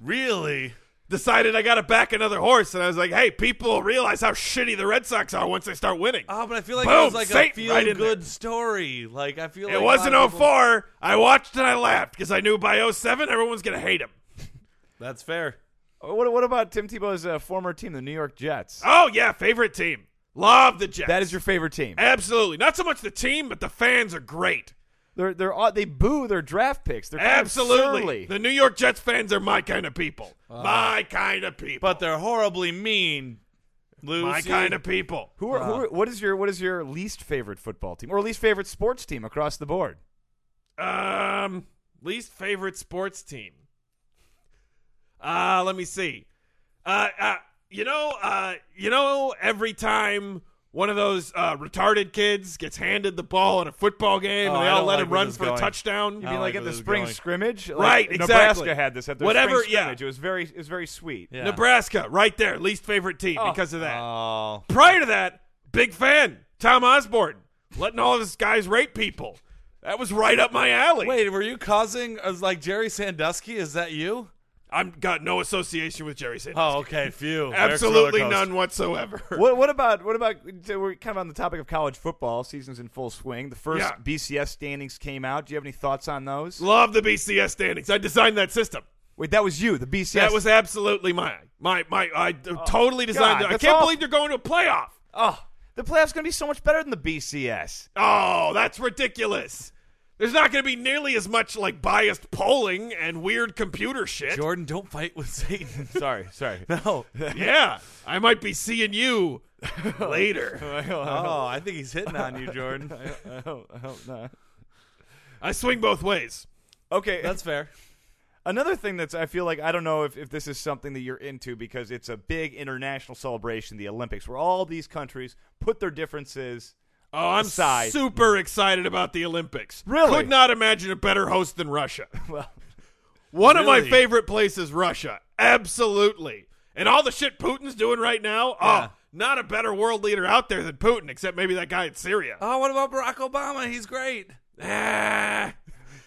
Speaker 2: Really?
Speaker 1: Decided I got to back another horse, and I was like, hey, people realize how shitty the Red Sox are once they start winning.
Speaker 2: Oh, but I feel like it
Speaker 1: Boom,
Speaker 2: was like a
Speaker 1: Satan,
Speaker 2: feel
Speaker 1: right in
Speaker 2: good
Speaker 1: there.
Speaker 2: story. Like I feel
Speaker 1: It
Speaker 2: like a
Speaker 1: wasn't
Speaker 2: lot of people-
Speaker 1: 04. I watched and I laughed because I knew by 07 everyone's going to hate him.
Speaker 2: That's fair.
Speaker 3: Uh, What what about Tim Tebow's uh, former team, the New York Jets?
Speaker 1: Oh, yeah, favorite team. Love the Jets.
Speaker 3: That is your favorite team.
Speaker 1: Eh. Absolutely. Not so much the team, but the fans are great.
Speaker 3: They're they're au- they boo their draft picks. They're kind of
Speaker 1: Absolutely.
Speaker 3: surly.
Speaker 1: The New York Jets fans are my kind of people. my kind of people.
Speaker 2: But they're horribly mean. Lucy.
Speaker 1: my kind of people.
Speaker 3: Who are, who are, what is your what is your least favorite football team or least favorite sports team across the board?
Speaker 1: Um, least favorite sports team. Uh, let me see. Uh, uh you know, uh, you know, every time one of those uh, retarded kids gets handed the ball in a football game,
Speaker 2: Oh,
Speaker 1: and they
Speaker 2: I
Speaker 1: all
Speaker 2: don't
Speaker 1: let
Speaker 2: like
Speaker 1: him
Speaker 2: where
Speaker 1: run
Speaker 2: this is
Speaker 1: for a
Speaker 2: going.
Speaker 1: touchdown.
Speaker 3: You
Speaker 2: I
Speaker 3: mean
Speaker 2: don't
Speaker 3: like
Speaker 2: like
Speaker 3: at
Speaker 2: where
Speaker 3: the
Speaker 2: this is
Speaker 3: spring
Speaker 2: going.
Speaker 3: scrimmage? Like,
Speaker 1: Right,
Speaker 3: Nebraska
Speaker 1: exactly.
Speaker 3: had this at their
Speaker 1: Whatever,
Speaker 3: spring
Speaker 1: yeah.
Speaker 3: scrimmage. It was very it was very sweet.
Speaker 2: Yeah.
Speaker 1: Nebraska, right there, least favorite team because of that.
Speaker 2: Oh.
Speaker 1: Prior to that, big fan Tom Osborne letting all of his guys rape people. That was right up my alley.
Speaker 2: Wait, were you causing as like Jerry Sandusky? Is that you?
Speaker 1: I've got no association with Jerry Sanders.
Speaker 2: Oh, okay, phew.
Speaker 1: Absolutely
Speaker 2: Eric's roller coaster.
Speaker 1: none whatsoever.
Speaker 3: What, what about what about so we're kind of on the topic of college football seasons in full swing. The first
Speaker 1: Yeah.
Speaker 3: BCS standings came out. Do you have any thoughts on those?
Speaker 1: Love the BCS standings. I designed that system.
Speaker 3: Wait, that was you, the BCS.
Speaker 1: That was absolutely my my my. I uh, totally designed.
Speaker 3: Oh, God,
Speaker 1: it. I
Speaker 3: that's
Speaker 1: can't
Speaker 3: awful.
Speaker 1: believe they're going to a playoff.
Speaker 3: oh, the playoffs going to be so much better than the BCS.
Speaker 1: Oh, that's ridiculous. There's not going to be nearly as much like biased polling and weird computer shit.
Speaker 2: Jordan, don't fight with Satan.
Speaker 3: Sorry, sorry.
Speaker 2: no.
Speaker 1: Yeah, I might be seeing you later.
Speaker 2: Oh, I think he's hitting on you, Jordan.
Speaker 3: I hope, I hope not.
Speaker 1: I swing both ways.
Speaker 3: Okay,
Speaker 2: That's fair.
Speaker 3: Another thing that's I feel like I don't know if, if this is something that you're into because it's a big international celebration, the Olympics, where all these countries put their differences.
Speaker 1: Oh, I'm
Speaker 3: Aside.
Speaker 1: super excited about the Olympics.
Speaker 3: Really?
Speaker 1: Could not imagine a better host than Russia.
Speaker 3: Well,
Speaker 1: One of my
Speaker 2: Really?
Speaker 1: favorite places, Russia. Absolutely. And all the shit Putin's doing right now, oh, not a better world leader out there than Putin, except maybe that guy in Syria.
Speaker 2: Oh, what about Barack Obama? He's great.
Speaker 1: Ah.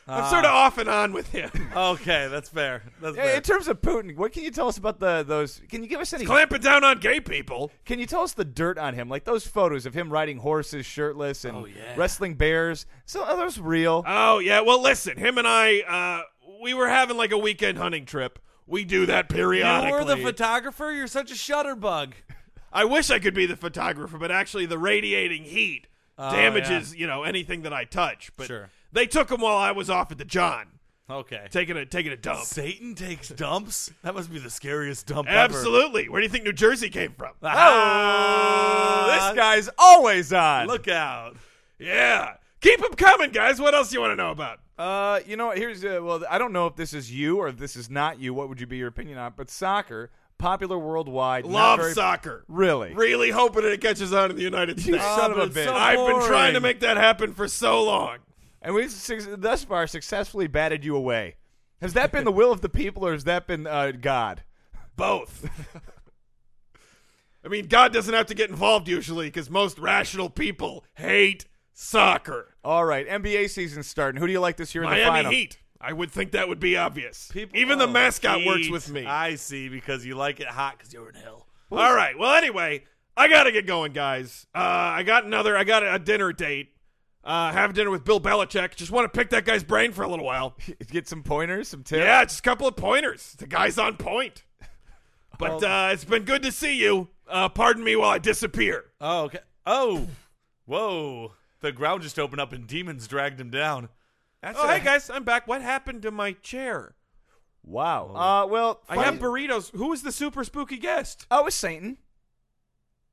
Speaker 4: I'm sort of off and on with him.
Speaker 2: Okay, that's fair. That's
Speaker 3: Yeah,
Speaker 2: fair.
Speaker 3: in terms of Putin, what can you tell us about the those? Can you give us any?
Speaker 4: Clamping down on gay people.
Speaker 3: Can you tell us the dirt on him? Like those photos of him riding horses, shirtless, and wrestling bears. So are those real?
Speaker 1: Uh,
Speaker 4: Oh yeah. Well, listen, him and I, uh, we were having like a weekend hunting trip. We do that periodically.
Speaker 2: You were the photographer. You're such a shutterbug.
Speaker 4: I wish I could be the photographer, but actually the radiating heat
Speaker 3: Oh,
Speaker 4: damages, you know, anything that I touch. But
Speaker 2: Sure.
Speaker 4: they took him while I was off at the John,
Speaker 2: Okay.
Speaker 4: taking a taking a dump.
Speaker 2: Satan takes dumps. That must be the scariest dump ever.
Speaker 4: Absolutely. Where do you think New Jersey came from? Oh,
Speaker 2: Ah,
Speaker 3: this guy's always on.
Speaker 2: Look out.
Speaker 4: Yeah. Keep them coming, guys. What else do you want to know about?
Speaker 3: Uh, you know, here's uh, well, I don't know if this is you or if this is not you. What would you be your opinion on? But soccer, popular worldwide, not
Speaker 4: Love
Speaker 3: very-
Speaker 4: soccer.
Speaker 3: Really?
Speaker 4: Really hoping it catches on in the United States.
Speaker 3: son
Speaker 2: Ah,
Speaker 3: of
Speaker 2: but
Speaker 3: a
Speaker 2: it's
Speaker 3: bitch.
Speaker 2: so
Speaker 4: I've been trying to
Speaker 2: boring.
Speaker 4: make that happen for so long.
Speaker 3: and we've su- thus far successfully batted you away. Has that been the will of the people, or has that been uh, God?
Speaker 4: Both. I mean, God doesn't have to get involved usually because most rational people hate soccer.
Speaker 3: All right, NBA season's starting. Who do you like this year in the
Speaker 4: Miami
Speaker 3: final?
Speaker 4: Heat. I would think that would be obvious.
Speaker 2: People-
Speaker 4: Even the
Speaker 2: oh,
Speaker 4: mascot works
Speaker 2: Heat.
Speaker 4: with me.
Speaker 2: I see because you like it hot because you're in hell.
Speaker 4: All right. Well, anyway, I gotta get going, guys. Uh, I got another. I got a, a dinner date. Uh, have dinner with Bill Belichick. Just want to pick that guy's brain for a little while.
Speaker 3: Get some pointers, some tips.
Speaker 4: Yeah, just a couple of pointers. The guy's on point. But uh, it's been good to see you. Uh, pardon me while I disappear.
Speaker 2: Oh, okay. Oh, whoa. The ground just opened up and demons dragged him down.
Speaker 4: That's
Speaker 1: Oh,
Speaker 4: it.
Speaker 1: hey guys, I'm back. What happened to my chair?
Speaker 2: Oh.
Speaker 3: Wow. Uh, well,
Speaker 1: I have
Speaker 3: fine.
Speaker 1: burritos. Who was the super spooky guest?
Speaker 3: Oh, it's Satan.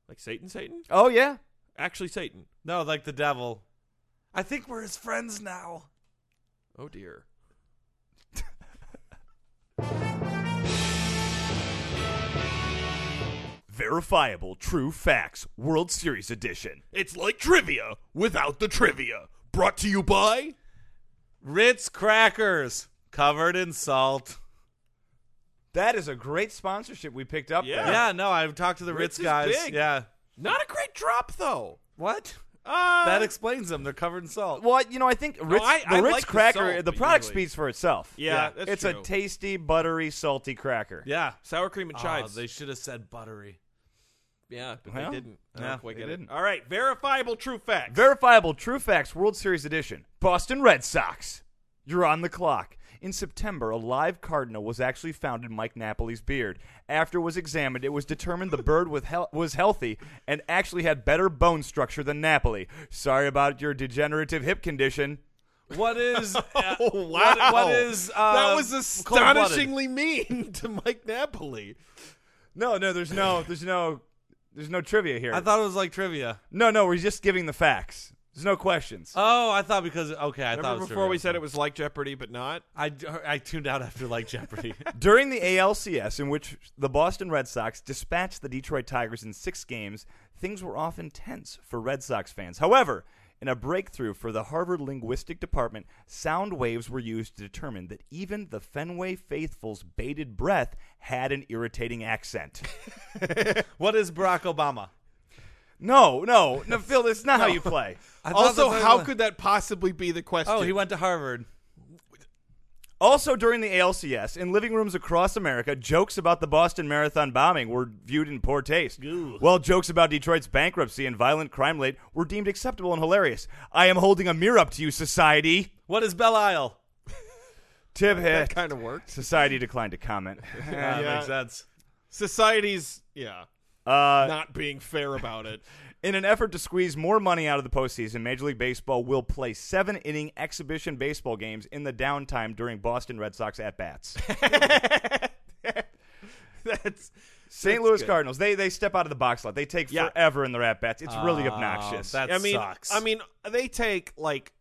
Speaker 1: Like Satan, Satan?
Speaker 3: Oh yeah.
Speaker 1: Actually, Satan.
Speaker 2: No, like the devil. I think we're his friends now.
Speaker 1: Oh dear.
Speaker 3: Verifiable true facts, World Series edition.
Speaker 4: It's like trivia without the trivia. Brought to you by.
Speaker 2: Ritz crackers covered in salt.
Speaker 3: That is a great sponsorship we picked up.
Speaker 1: Yeah.
Speaker 3: there.
Speaker 2: Yeah, no, I've talked to the
Speaker 1: Ritz
Speaker 2: Ritz,
Speaker 1: is
Speaker 2: guys.
Speaker 1: big.
Speaker 2: Yeah.
Speaker 1: Not a great drop though.
Speaker 2: What?
Speaker 1: Uh,
Speaker 2: That explains them. They're covered in salt.
Speaker 3: Well, you know, I think Ritz,
Speaker 1: I-
Speaker 3: the
Speaker 1: I
Speaker 3: Ritz
Speaker 1: like the
Speaker 3: cracker, the,
Speaker 1: salt,
Speaker 3: product
Speaker 1: usually.
Speaker 3: speaks for itself.
Speaker 1: yeah,
Speaker 2: yeah.
Speaker 1: that's
Speaker 3: it's
Speaker 1: true.
Speaker 3: a tasty, buttery, salty cracker.
Speaker 2: Yeah.
Speaker 1: sour cream and chives.
Speaker 2: Ah, they should have said buttery.
Speaker 1: Ah, yeah, but
Speaker 3: Well,
Speaker 1: they didn't. I
Speaker 2: yeah,
Speaker 1: don't quite
Speaker 2: they
Speaker 1: get
Speaker 2: didn't.
Speaker 1: it. All right, verifiable true facts.
Speaker 3: Verifiable True Facts World Series Edition. Boston Red Sox. You're on the clock. In September, a live cardinal was actually found in Mike Napoli's beard. After it was examined, it was determined the bird with hel- was healthy and actually had better bone structure than Napoli. Sorry about your degenerative hip condition.
Speaker 2: What is. uh,
Speaker 1: oh wow!
Speaker 2: What, what is. Uh,
Speaker 1: that was
Speaker 2: cold-blooded?
Speaker 1: astonishingly mean to Mike Napoli.
Speaker 3: No, no, there's no, there's no, there's no trivia here.
Speaker 2: I thought it was like trivia.
Speaker 3: no, no, we're just giving the facts. There's no questions.
Speaker 2: Oh, I thought because. Okay, I thought it
Speaker 1: Remember
Speaker 2: was
Speaker 1: before we
Speaker 2: trivia.
Speaker 1: said it was like Jeopardy, but not.
Speaker 2: I, I tuned out after like Jeopardy.
Speaker 3: During the ALCS, in which the Boston Red Sox dispatched the Detroit Tigers in six games, things were often tense for Red Sox fans. However, in a breakthrough for the Harvard Linguistic Department, sound waves were used to determine that even the Fenway faithful's bated breath had an irritating accent.
Speaker 2: what is Barack Obama?
Speaker 3: no, no, no, Phil, that's not how you play.
Speaker 2: I thought
Speaker 1: Also,
Speaker 2: that's
Speaker 1: how
Speaker 2: what-
Speaker 1: could that possibly be the question?
Speaker 2: Oh, he went to Harvard.
Speaker 3: Also, during the ALCS, in living rooms across America, jokes about the Boston Marathon bombing were viewed in poor taste. While jokes about Detroit's bankruptcy and violent crime rate were deemed acceptable and hilarious. I am holding a mirror up to you, society.
Speaker 2: What is Belle Isle?
Speaker 3: Tip hit.
Speaker 1: kind of worked.
Speaker 3: Society declined to comment.
Speaker 2: Ah, That
Speaker 1: Yeah.
Speaker 2: makes sense.
Speaker 1: Society's yeah,
Speaker 3: Uh,
Speaker 1: not being fair about it.
Speaker 3: in an effort to squeeze more money out of the postseason, Major League Baseball will play seven inning exhibition baseball games in the downtime during Boston Red Sox at bats.
Speaker 1: That's
Speaker 3: St. Louis Cardinals, they, they step out of the box a lot. They take
Speaker 1: Yeah. Ah,
Speaker 3: forever in their at bats. It's really
Speaker 2: Oh,
Speaker 3: obnoxious.
Speaker 2: that
Speaker 1: I mean,
Speaker 2: sucks.
Speaker 1: I mean, they take like,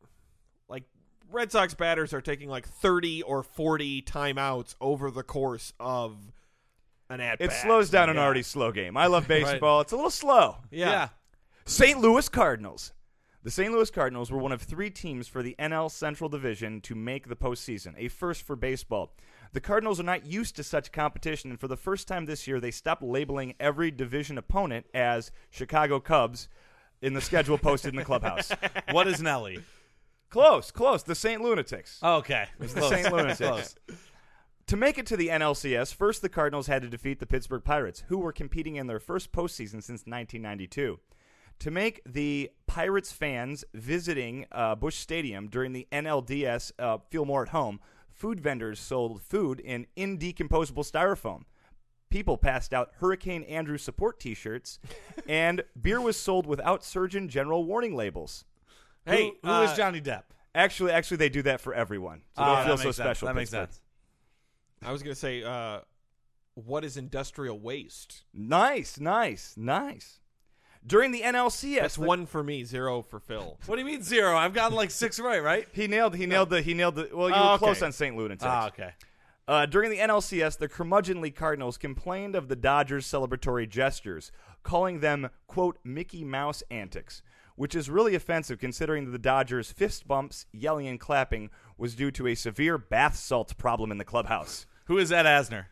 Speaker 1: like Red Sox batters are taking like thirty or forty timeouts over the course of an ad.
Speaker 3: It slows down an already slow game. I love baseball. It's a little slow.
Speaker 1: Yeah.
Speaker 2: yeah.
Speaker 3: St. Louis Cardinals. The St. Louis Cardinals were one of three teams for the NL Central Division to make the postseason, a first for baseball. The Cardinals are not used to such competition, and for the first time this year, they stopped labeling every division opponent as Chicago Cubs in the schedule posted in the clubhouse.
Speaker 2: What is Nelly?
Speaker 3: Close, close. The St. Lunatics.
Speaker 2: Oh, Okay.
Speaker 3: the St. Lunatics. To make it to the NLCS, first the Cardinals had to defeat the Pittsburgh Pirates, who were competing in their first postseason since 1992. To make the Pirates fans visiting uh, Bush Stadium during the NLDS uh, feel more at home, food vendors sold food in indecomposable styrofoam. People passed out Hurricane Andrew support t shirts, and beer was sold without Surgeon General warning labels.
Speaker 2: Hey, who
Speaker 1: uh,
Speaker 2: is Johnny Depp?
Speaker 3: Actually, actually, they do that for everyone. So
Speaker 2: Ah,
Speaker 3: don't feel
Speaker 2: that
Speaker 3: so
Speaker 2: makes sense.
Speaker 3: special.
Speaker 2: That makes
Speaker 3: Pittsburgh.
Speaker 2: sense.
Speaker 1: I was gonna say, uh, what is industrial waste?
Speaker 3: Nice, nice, nice. During the NLCS,
Speaker 1: That's
Speaker 3: the-
Speaker 1: one for me, zero for Phil.
Speaker 2: What do you mean zero? I've gotten like six right, right?
Speaker 3: He nailed. He nailed the. He nailed the. Well, you
Speaker 2: Oh,
Speaker 3: were
Speaker 2: okay.
Speaker 3: close on St. Lunatics.
Speaker 2: Ah, okay.
Speaker 3: Uh, during the NLCS, the curmudgeonly Cardinals complained of the Dodgers' celebratory gestures, calling them "quote Mickey Mouse antics," which is really offensive considering that the Dodgers' fist bumps, yelling, and clapping was due to a severe bath salt problem in the clubhouse.
Speaker 2: Who is Ed Asner?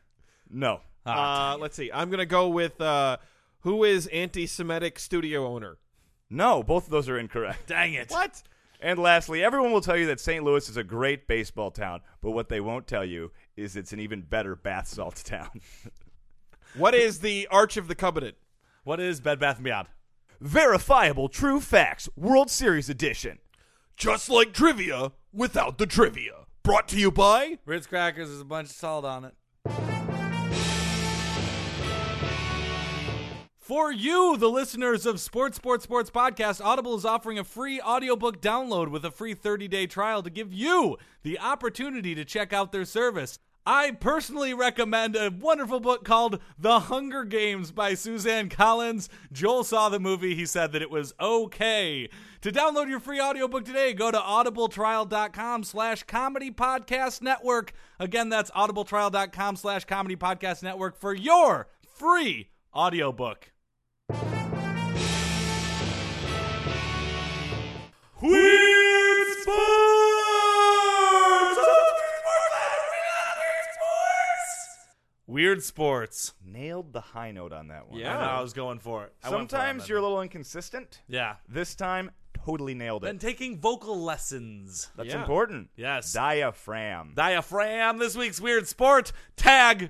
Speaker 3: No.
Speaker 2: Ah,
Speaker 1: Uh, let's see. I'm gonna go with uh, who is anti-Semitic studio owner?
Speaker 3: No, both of those are incorrect.
Speaker 2: Dang it.
Speaker 1: What?
Speaker 3: And lastly, everyone will tell you that St. Louis is a great baseball town, but what they won't tell you is it's an even better bath salt town.
Speaker 1: What is the Arch of the Covenant?
Speaker 2: What is Bed Bath & Beyond?
Speaker 3: Verifiable True Facts World Series Edition.
Speaker 4: Just like trivia without the trivia. Brought to you by
Speaker 2: Ritz crackers is a bunch of salt on it. For you, the listeners of Sports Sports Sports Podcast, Audible is offering a free audiobook download with a free 30-day trial to give you the opportunity to check out their service. I personally recommend a wonderful book called The Hunger Games by Suzanne Collins. Joel saw the movie. He said that it was okay. To download your free audiobook today, go to audibletrial.com slash comedy podcast network. Again, that's audibletrial.com slash comedy podcast network for your free audiobook.
Speaker 4: Weird Sports.
Speaker 2: Weird sports.
Speaker 3: Nailed the high note on that one.
Speaker 2: I know I was going for it. I went for it on
Speaker 3: Sometimes
Speaker 2: that.
Speaker 3: you're a little inconsistent.
Speaker 2: Yeah.
Speaker 3: This time, totally nailed
Speaker 2: Been
Speaker 3: it.
Speaker 2: taking vocal lessons.
Speaker 3: That's
Speaker 1: Yeah.
Speaker 3: important.
Speaker 2: Yes.
Speaker 3: Diaphragm.
Speaker 2: Diaphragm, this week's weird sport. Tag.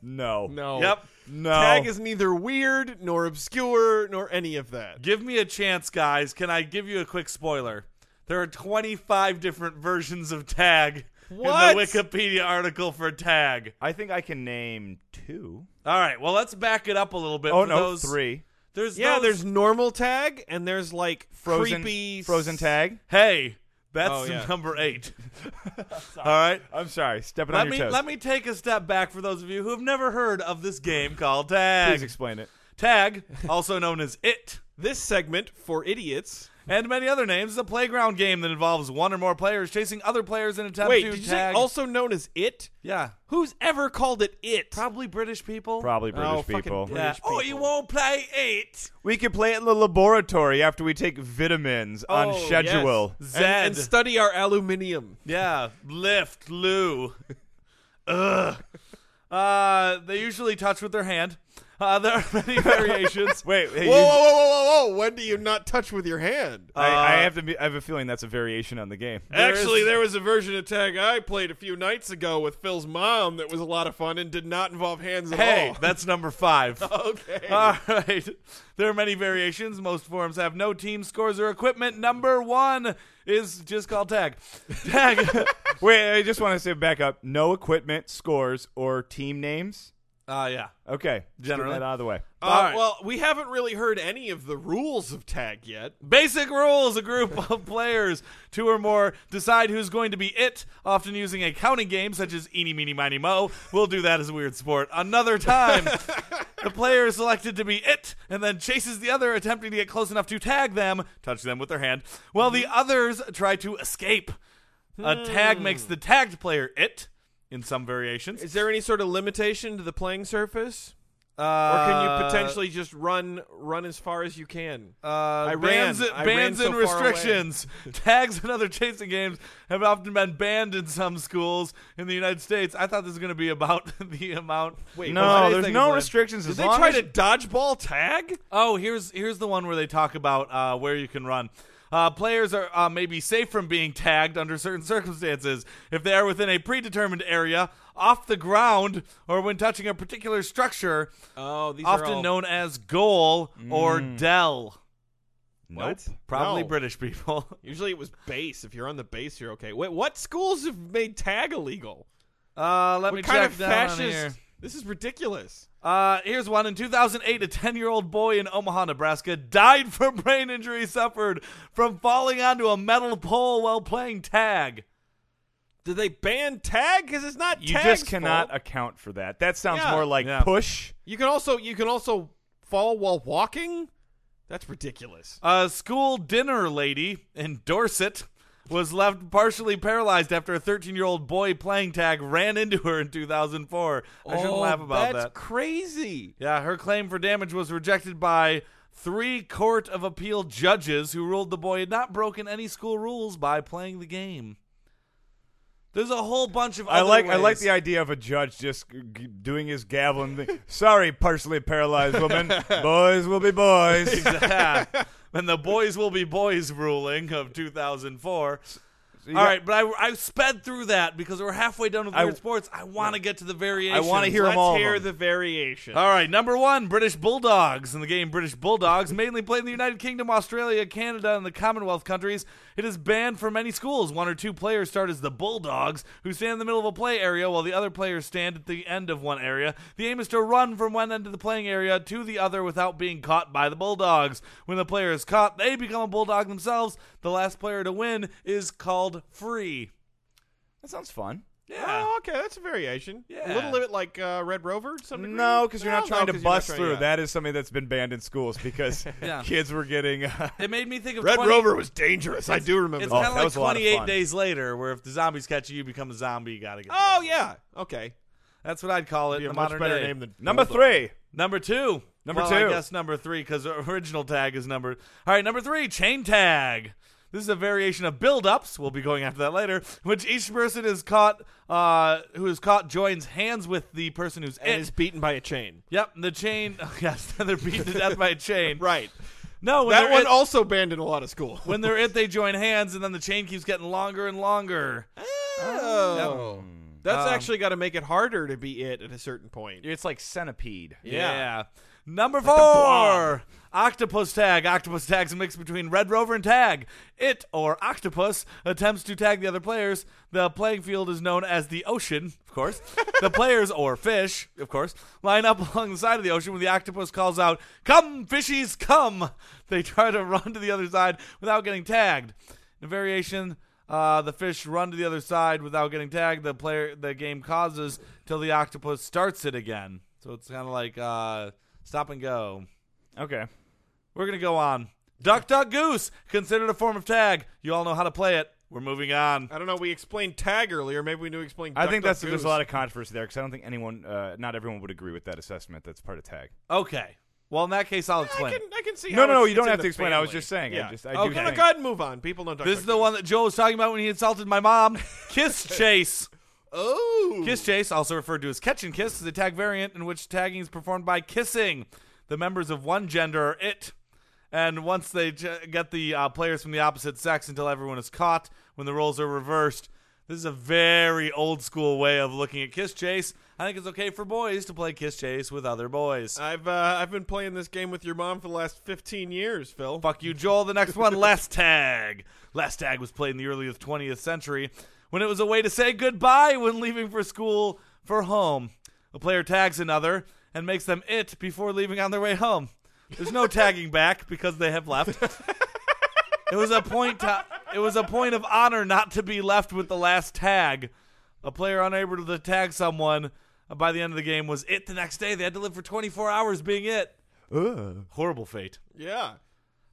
Speaker 3: no.
Speaker 1: No.
Speaker 2: Yep.
Speaker 3: No.
Speaker 1: Tag is neither weird nor obscure nor any of that.
Speaker 2: Give me a chance, guys. Can I give you a quick spoiler? There are 25 different versions of tag
Speaker 1: What?
Speaker 2: in the Wikipedia article for tag.
Speaker 3: I think I can name two.
Speaker 2: All right, well, let's back it up a little bit.
Speaker 3: Oh
Speaker 2: for
Speaker 3: no,
Speaker 2: those,
Speaker 3: three.
Speaker 2: There's
Speaker 1: Yeah,
Speaker 2: those-
Speaker 1: there's normal tag and there's like
Speaker 3: Frozen.
Speaker 1: creepy s-
Speaker 3: Frozen tag.
Speaker 2: hey, that's
Speaker 1: Oh, yeah.
Speaker 2: number eight. All right,
Speaker 3: I'm sorry. Stepping
Speaker 2: let
Speaker 3: on
Speaker 2: me
Speaker 3: your toes.
Speaker 2: let me take a step back for those of you who have never heard of this game called tag.
Speaker 3: Please explain it.
Speaker 2: tag, also known as it,
Speaker 1: This segment for idiots.
Speaker 2: and many other names, is a playground game that involves one or more players chasing other players in an attempt
Speaker 1: Wait,
Speaker 2: to
Speaker 1: did you say
Speaker 2: tag.
Speaker 1: also known as it?
Speaker 2: yeah,
Speaker 1: Who's ever called it it?
Speaker 2: probably British people.
Speaker 3: Probably British
Speaker 1: Oh, fucking
Speaker 3: people.
Speaker 1: Brit-
Speaker 2: Yeah.
Speaker 1: British
Speaker 2: Oh, you won't play eight.
Speaker 3: We could play it in the laboratory after we take vitamins on
Speaker 1: Oh,
Speaker 3: schedule.
Speaker 1: yes.
Speaker 2: Zed.
Speaker 1: And, and study our aluminium.
Speaker 2: Yeah, lift, Lou. Ugh. Uh, they usually touch with their hand. Uh, there are many variations.
Speaker 3: Wait, hey,
Speaker 1: Whoa,
Speaker 3: you-
Speaker 1: whoa, whoa, whoa, whoa, whoa! When do you not touch with your hand?
Speaker 3: I, I have to. Be, I have a feeling that's a variation on the game.
Speaker 2: There
Speaker 1: Actually,
Speaker 2: is-
Speaker 1: there was a version of tag I played a few nights ago with Phil's mom that was a lot of fun and did not involve hands at
Speaker 2: hey,
Speaker 1: all.
Speaker 2: that's number five.
Speaker 1: Oh, okay. Uh,
Speaker 2: All right. There are many variations. Most forms have no team scores or equipment. Number one is just called tag. Tag.
Speaker 3: Wait, I just want to say back up. No equipment, scores, or team names.
Speaker 2: uh, yeah.
Speaker 3: Okay, just getting
Speaker 2: Generally.
Speaker 3: that out of the way.
Speaker 1: Uh,
Speaker 2: all right.
Speaker 1: Well, we haven't really heard any of the rules of tag yet.
Speaker 2: Basic rules a group of players, two or more, decide who's going to be it, often using a counting game such as Eeny, Meeny, Miny, Mo. We'll do that as a weird sport another time. the player is selected to be it and then chases the other, attempting to get close enough to tag them, touch them with their hand, while the others try to escape. A tag makes the tagged player it in some variations.
Speaker 1: Is there any sort of limitation to the playing surface, or
Speaker 2: Uh,
Speaker 1: can you potentially just run run as far as you can?
Speaker 2: Uh,
Speaker 1: I
Speaker 2: bans
Speaker 1: ran. I
Speaker 2: bans
Speaker 1: ran
Speaker 2: and
Speaker 1: so far away.
Speaker 2: restrictions. Tags and other chasing games have often been banned in some schools in the United States. I thought this was going to be about the amount.
Speaker 1: Wait,
Speaker 2: of
Speaker 3: No,
Speaker 2: plays
Speaker 3: there's
Speaker 2: they
Speaker 3: no
Speaker 2: can play.
Speaker 3: restrictions.
Speaker 1: Did
Speaker 3: As
Speaker 1: they
Speaker 3: long
Speaker 1: try
Speaker 3: as
Speaker 1: to dodgeball tag?
Speaker 2: Oh, here's here's the one where they talk about uh, where you can run. Uh, players are uh, may be safe from being tagged under certain circumstances if they are within a predetermined area, off the ground, or when touching a particular structure,
Speaker 1: Oh, these Mm.
Speaker 2: often known as goal or dell.
Speaker 3: Nope.
Speaker 2: Probably
Speaker 1: No.
Speaker 2: British people.
Speaker 1: Usually it was base. If you're on the base, you're okay. Wait, what schools have made tag illegal?
Speaker 2: Uh, let me
Speaker 1: what kind
Speaker 2: check
Speaker 1: of
Speaker 2: down
Speaker 1: fascist?
Speaker 2: here.
Speaker 1: This is ridiculous.
Speaker 2: Uh, here's one. In 2008, a 10 year old boy in Omaha, Nebraska died from brain injury suffered from falling onto a metal pole while playing tag.
Speaker 1: Did they ban tag? Because it's not.
Speaker 3: You
Speaker 1: tag's
Speaker 3: just cannot
Speaker 1: fault.
Speaker 3: account for that. That sounds
Speaker 1: Yeah.
Speaker 3: more like
Speaker 2: Yeah.
Speaker 3: push.
Speaker 1: You can also. You can also fall while walking. That's ridiculous.
Speaker 2: A school dinner lady in Dorset was left partially paralyzed after a 13 year old boy playing tag ran into her in 2004. I shouldn't
Speaker 1: Oh,
Speaker 2: laugh about
Speaker 1: that's
Speaker 2: that.
Speaker 1: crazy.
Speaker 2: Yeah, her claim for damage was rejected by three Court of Appeal judges who ruled the boy had not broken any school rules by playing the game. There's a whole bunch of
Speaker 3: I
Speaker 2: other
Speaker 3: like I like
Speaker 2: ways.
Speaker 3: the idea of a judge just g- g- doing his gaveling. thing. Sorry, partially paralyzed woman. boys will be boys.
Speaker 2: Yeah. and the boys will be boys ruling of 2004.
Speaker 3: You
Speaker 2: All
Speaker 3: got-
Speaker 2: right, but I, I sped through that because we're halfway done with
Speaker 3: I-
Speaker 2: weird sports. I want to get to the variation.
Speaker 3: I want to hear
Speaker 1: Let's
Speaker 3: them all.
Speaker 1: hear
Speaker 3: of 'em.
Speaker 1: the variation.
Speaker 2: All right, number one, British Bulldogs. In the game, British Bulldogs mainly played in the United Kingdom, Australia, Canada, and the Commonwealth countries. It is banned for many schools. One or two players start as the Bulldogs, who stand in the middle of a play area while the other players stand at the end of one area. The aim is to run from one end of the playing area to the other without being caught by the Bulldogs. When the player is caught, they become a Bulldog themselves. The last player to win is called free.
Speaker 3: That sounds fun.
Speaker 2: Yeah.
Speaker 1: Oh, okay, that's a variation.
Speaker 2: Yeah.
Speaker 1: A little bit like uh, Red Rover. To some degree?
Speaker 3: No, because you're not
Speaker 1: No,
Speaker 3: trying to
Speaker 1: 'cause you're not
Speaker 3: bust
Speaker 1: trying-
Speaker 3: through.
Speaker 1: yeah.
Speaker 3: That is something that's been banned in schools because
Speaker 2: Yeah.
Speaker 3: kids were getting. Uh,
Speaker 2: It made me think of
Speaker 4: Red
Speaker 2: 20
Speaker 4: Rover was dangerous. I
Speaker 1: I do remember.
Speaker 2: It's
Speaker 1: Oh, that.
Speaker 2: kind of
Speaker 3: that
Speaker 2: like
Speaker 3: was a lot of
Speaker 2: 28
Speaker 3: fun.
Speaker 2: days later, where if the zombies catch you, you become a zombie. You gotta get.
Speaker 1: Oh yeah. Okay.
Speaker 2: That's what I'd call it in
Speaker 1: Be a
Speaker 2: the
Speaker 1: much
Speaker 2: modern
Speaker 1: better
Speaker 2: day.
Speaker 1: name than
Speaker 3: number
Speaker 1: Bulldog.
Speaker 3: three.
Speaker 2: number two.
Speaker 3: Number
Speaker 2: well,
Speaker 3: two.
Speaker 2: I guess number three because the original tag is number. All right, number three, chain tag. This is a variation of build-ups. We'll be going after that later. Which each person is caught, uh, who is caught, joins hands with the person who's
Speaker 1: And
Speaker 2: it.
Speaker 1: is beaten by a chain.
Speaker 2: yep, the chain. oh, yes, they're beaten to death by a chain.
Speaker 1: Right.
Speaker 2: No, when
Speaker 1: that
Speaker 2: they're
Speaker 1: one
Speaker 2: it-
Speaker 1: also banned in a lot of school.
Speaker 2: when they're it, they join hands, and then the chain keeps getting longer and longer.
Speaker 1: oh. That's
Speaker 2: Um,
Speaker 1: actually got to make it harder to be it at a certain point.
Speaker 3: It's like centipede.
Speaker 2: Yeah.
Speaker 1: Yeah.
Speaker 2: Number four. Octopus tag. Octopus tag's a mix between Red Rover and Tag. It or Octopus attempts to tag the other players. The playing field is known as the ocean, of course. the players or fish, of course, line up along the side of the ocean when the octopus calls out, "Come, fishies, come!" They try to run to the other side without getting tagged. In a variation, uh, the fish run to the other side without getting tagged. The player, the game causes till the octopus starts it again. So it's kind of like uh, stop and go.
Speaker 3: Okay.
Speaker 2: We're gonna go on. Duck, duck, goose. Considered a form of tag. You all know how to play it. We're moving on.
Speaker 1: I don't know. We explained tag earlier. Maybe we need to explain.
Speaker 3: I think that's there's a lot
Speaker 1: of.
Speaker 3: of controversy there because I don't think anyone, uh, not everyone, would agree with that assessment. That's part of tag.
Speaker 2: Okay. Well, in that case, I'll explain.
Speaker 1: I can, I can see.
Speaker 3: No,
Speaker 1: how
Speaker 3: no, no,
Speaker 1: it's-
Speaker 3: you don't
Speaker 1: it's in
Speaker 3: have to
Speaker 1: the
Speaker 3: explain. I was just saying, I
Speaker 1: Yeah.
Speaker 3: just- I do
Speaker 1: okay. No, no,
Speaker 3: think-
Speaker 1: go ahead and move on. People don't. Talk
Speaker 2: This is the one that Joe was talking about when he insulted my mom. Kiss chase.
Speaker 1: Oh.
Speaker 2: Kiss chase, also referred to as catch and kiss, is a tag variant in which tagging is performed by kissing. The members of one gender are it, and once they j- get the uh, players from the opposite sex until everyone is caught, when the roles are reversed. This is a very old school way of looking at kiss chase. I think it's okay for boys to play kiss chase with other boys.
Speaker 1: I've uh, I've been playing this game with your mom for the last 15 years, Phil.
Speaker 2: Fuck you, Joel. The next one, Last Tag. Last Tag was played in the early 20th century when it was a way to say goodbye when leaving for school for home. A player tags another and makes them it before leaving on their way home. There's no tagging back because they have left. It was a point. To, it was a point of honor not to be left with the last tag. A player unable to tag someone by the end of the game was it the next day. They had to live for 24 hours being it. Horrible fate.
Speaker 1: Yeah.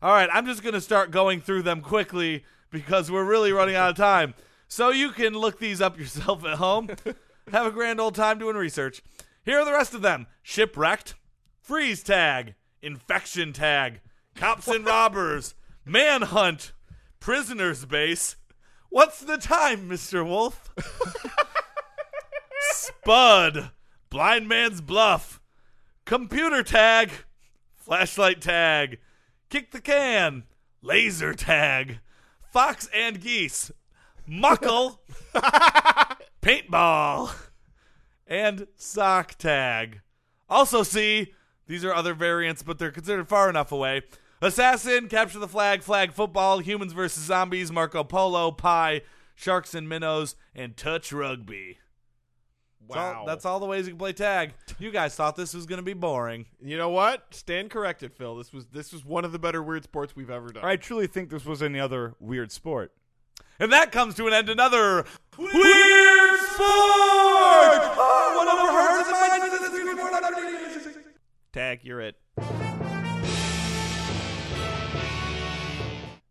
Speaker 2: All right, I'm just going to start going through them quickly because we're really running out of time. So you can look these up yourself at home. Have a grand old time doing research. Here are the rest of them Shipwrecked, Freeze Tag, Infection Tag, Cops and Robbers, Manhunt, Prisoner's Base. What's the time, Mr. Wolf? Spud, Blind Man's Bluff, Computer Tag, Flashlight Tag, Kick the Can, laser tag, fox and geese, muckle, paintball, and sock tag. Also, see, these are other variants, but they're considered far enough away. Assassin, capture the flag, flag football, humans versus zombies, Marco Polo, pie, sharks and minnows, and touch rugby. That's all-
Speaker 1: Wow.
Speaker 2: that's all the ways you can play tag. You guys thought this was going to be boring.
Speaker 1: You know what? Stand corrected, Phil. This was this was one of the better weird sports we've ever done.
Speaker 3: I truly think this was any other weird sport.
Speaker 2: And that comes to an end another Weird Sport! Oh, what overheard is my-
Speaker 1: Tag, you're it.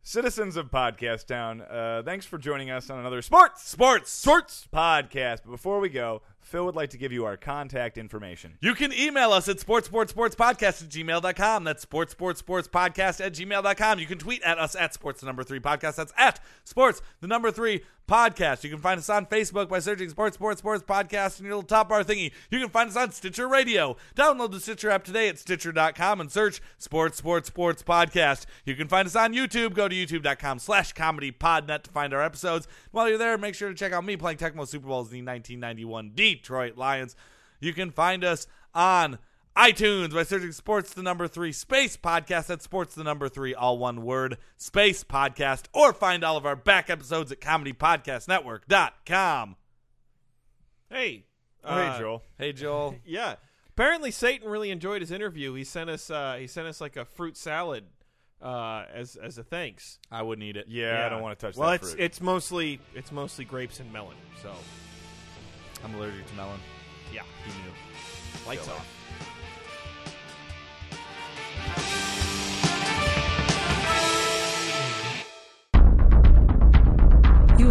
Speaker 3: Citizens of Podcast Town, uh, thanks for joining us on another sports
Speaker 2: Sports! Sports!
Speaker 3: podcast. But before we go, Phil would like to give you our contact information.
Speaker 2: You can email us at sportsportsportspodcast at gmail.com. That's sportsportsportspodcast at gmail.com. You can tweet at us at sports the number three podcast. That's at sports the number three podcast. You can find us on Facebook by searching sports sports sports podcast in your little top bar thingy. You can find us on Stitcher Radio. Download the Stitcher app today at stitcher.com and search sports sports sports podcast. You can find us on YouTube. Go to youtube.com slash comedy podnet to find our episodes. While you're there, make sure to check out me playing Tecmo Super Bowl as the 1991 Detroit Lions. You can find us on iTunes by searching Sports the Number Three Space Podcast. That's Sports the Number Three, all one word, Space Podcast. Or find all of our back episodes at ComedyPodcastNetwork.com.
Speaker 1: Hey.
Speaker 3: hey,
Speaker 1: uh,
Speaker 3: Joel.
Speaker 2: Hey, Joel.
Speaker 1: Yeah. Apparently Satan really enjoyed his interview. He sent us uh he sent us like a fruit salad uh as as a thanks.
Speaker 2: I wouldn't eat it.
Speaker 3: Yeah, I don't want to touch
Speaker 1: well,
Speaker 3: that
Speaker 1: it's
Speaker 3: fruit.
Speaker 1: it's mostly it's mostly grapes and melon. So,
Speaker 2: I'm allergic to melon.
Speaker 1: yeah, he knew. Lights off.
Speaker 5: You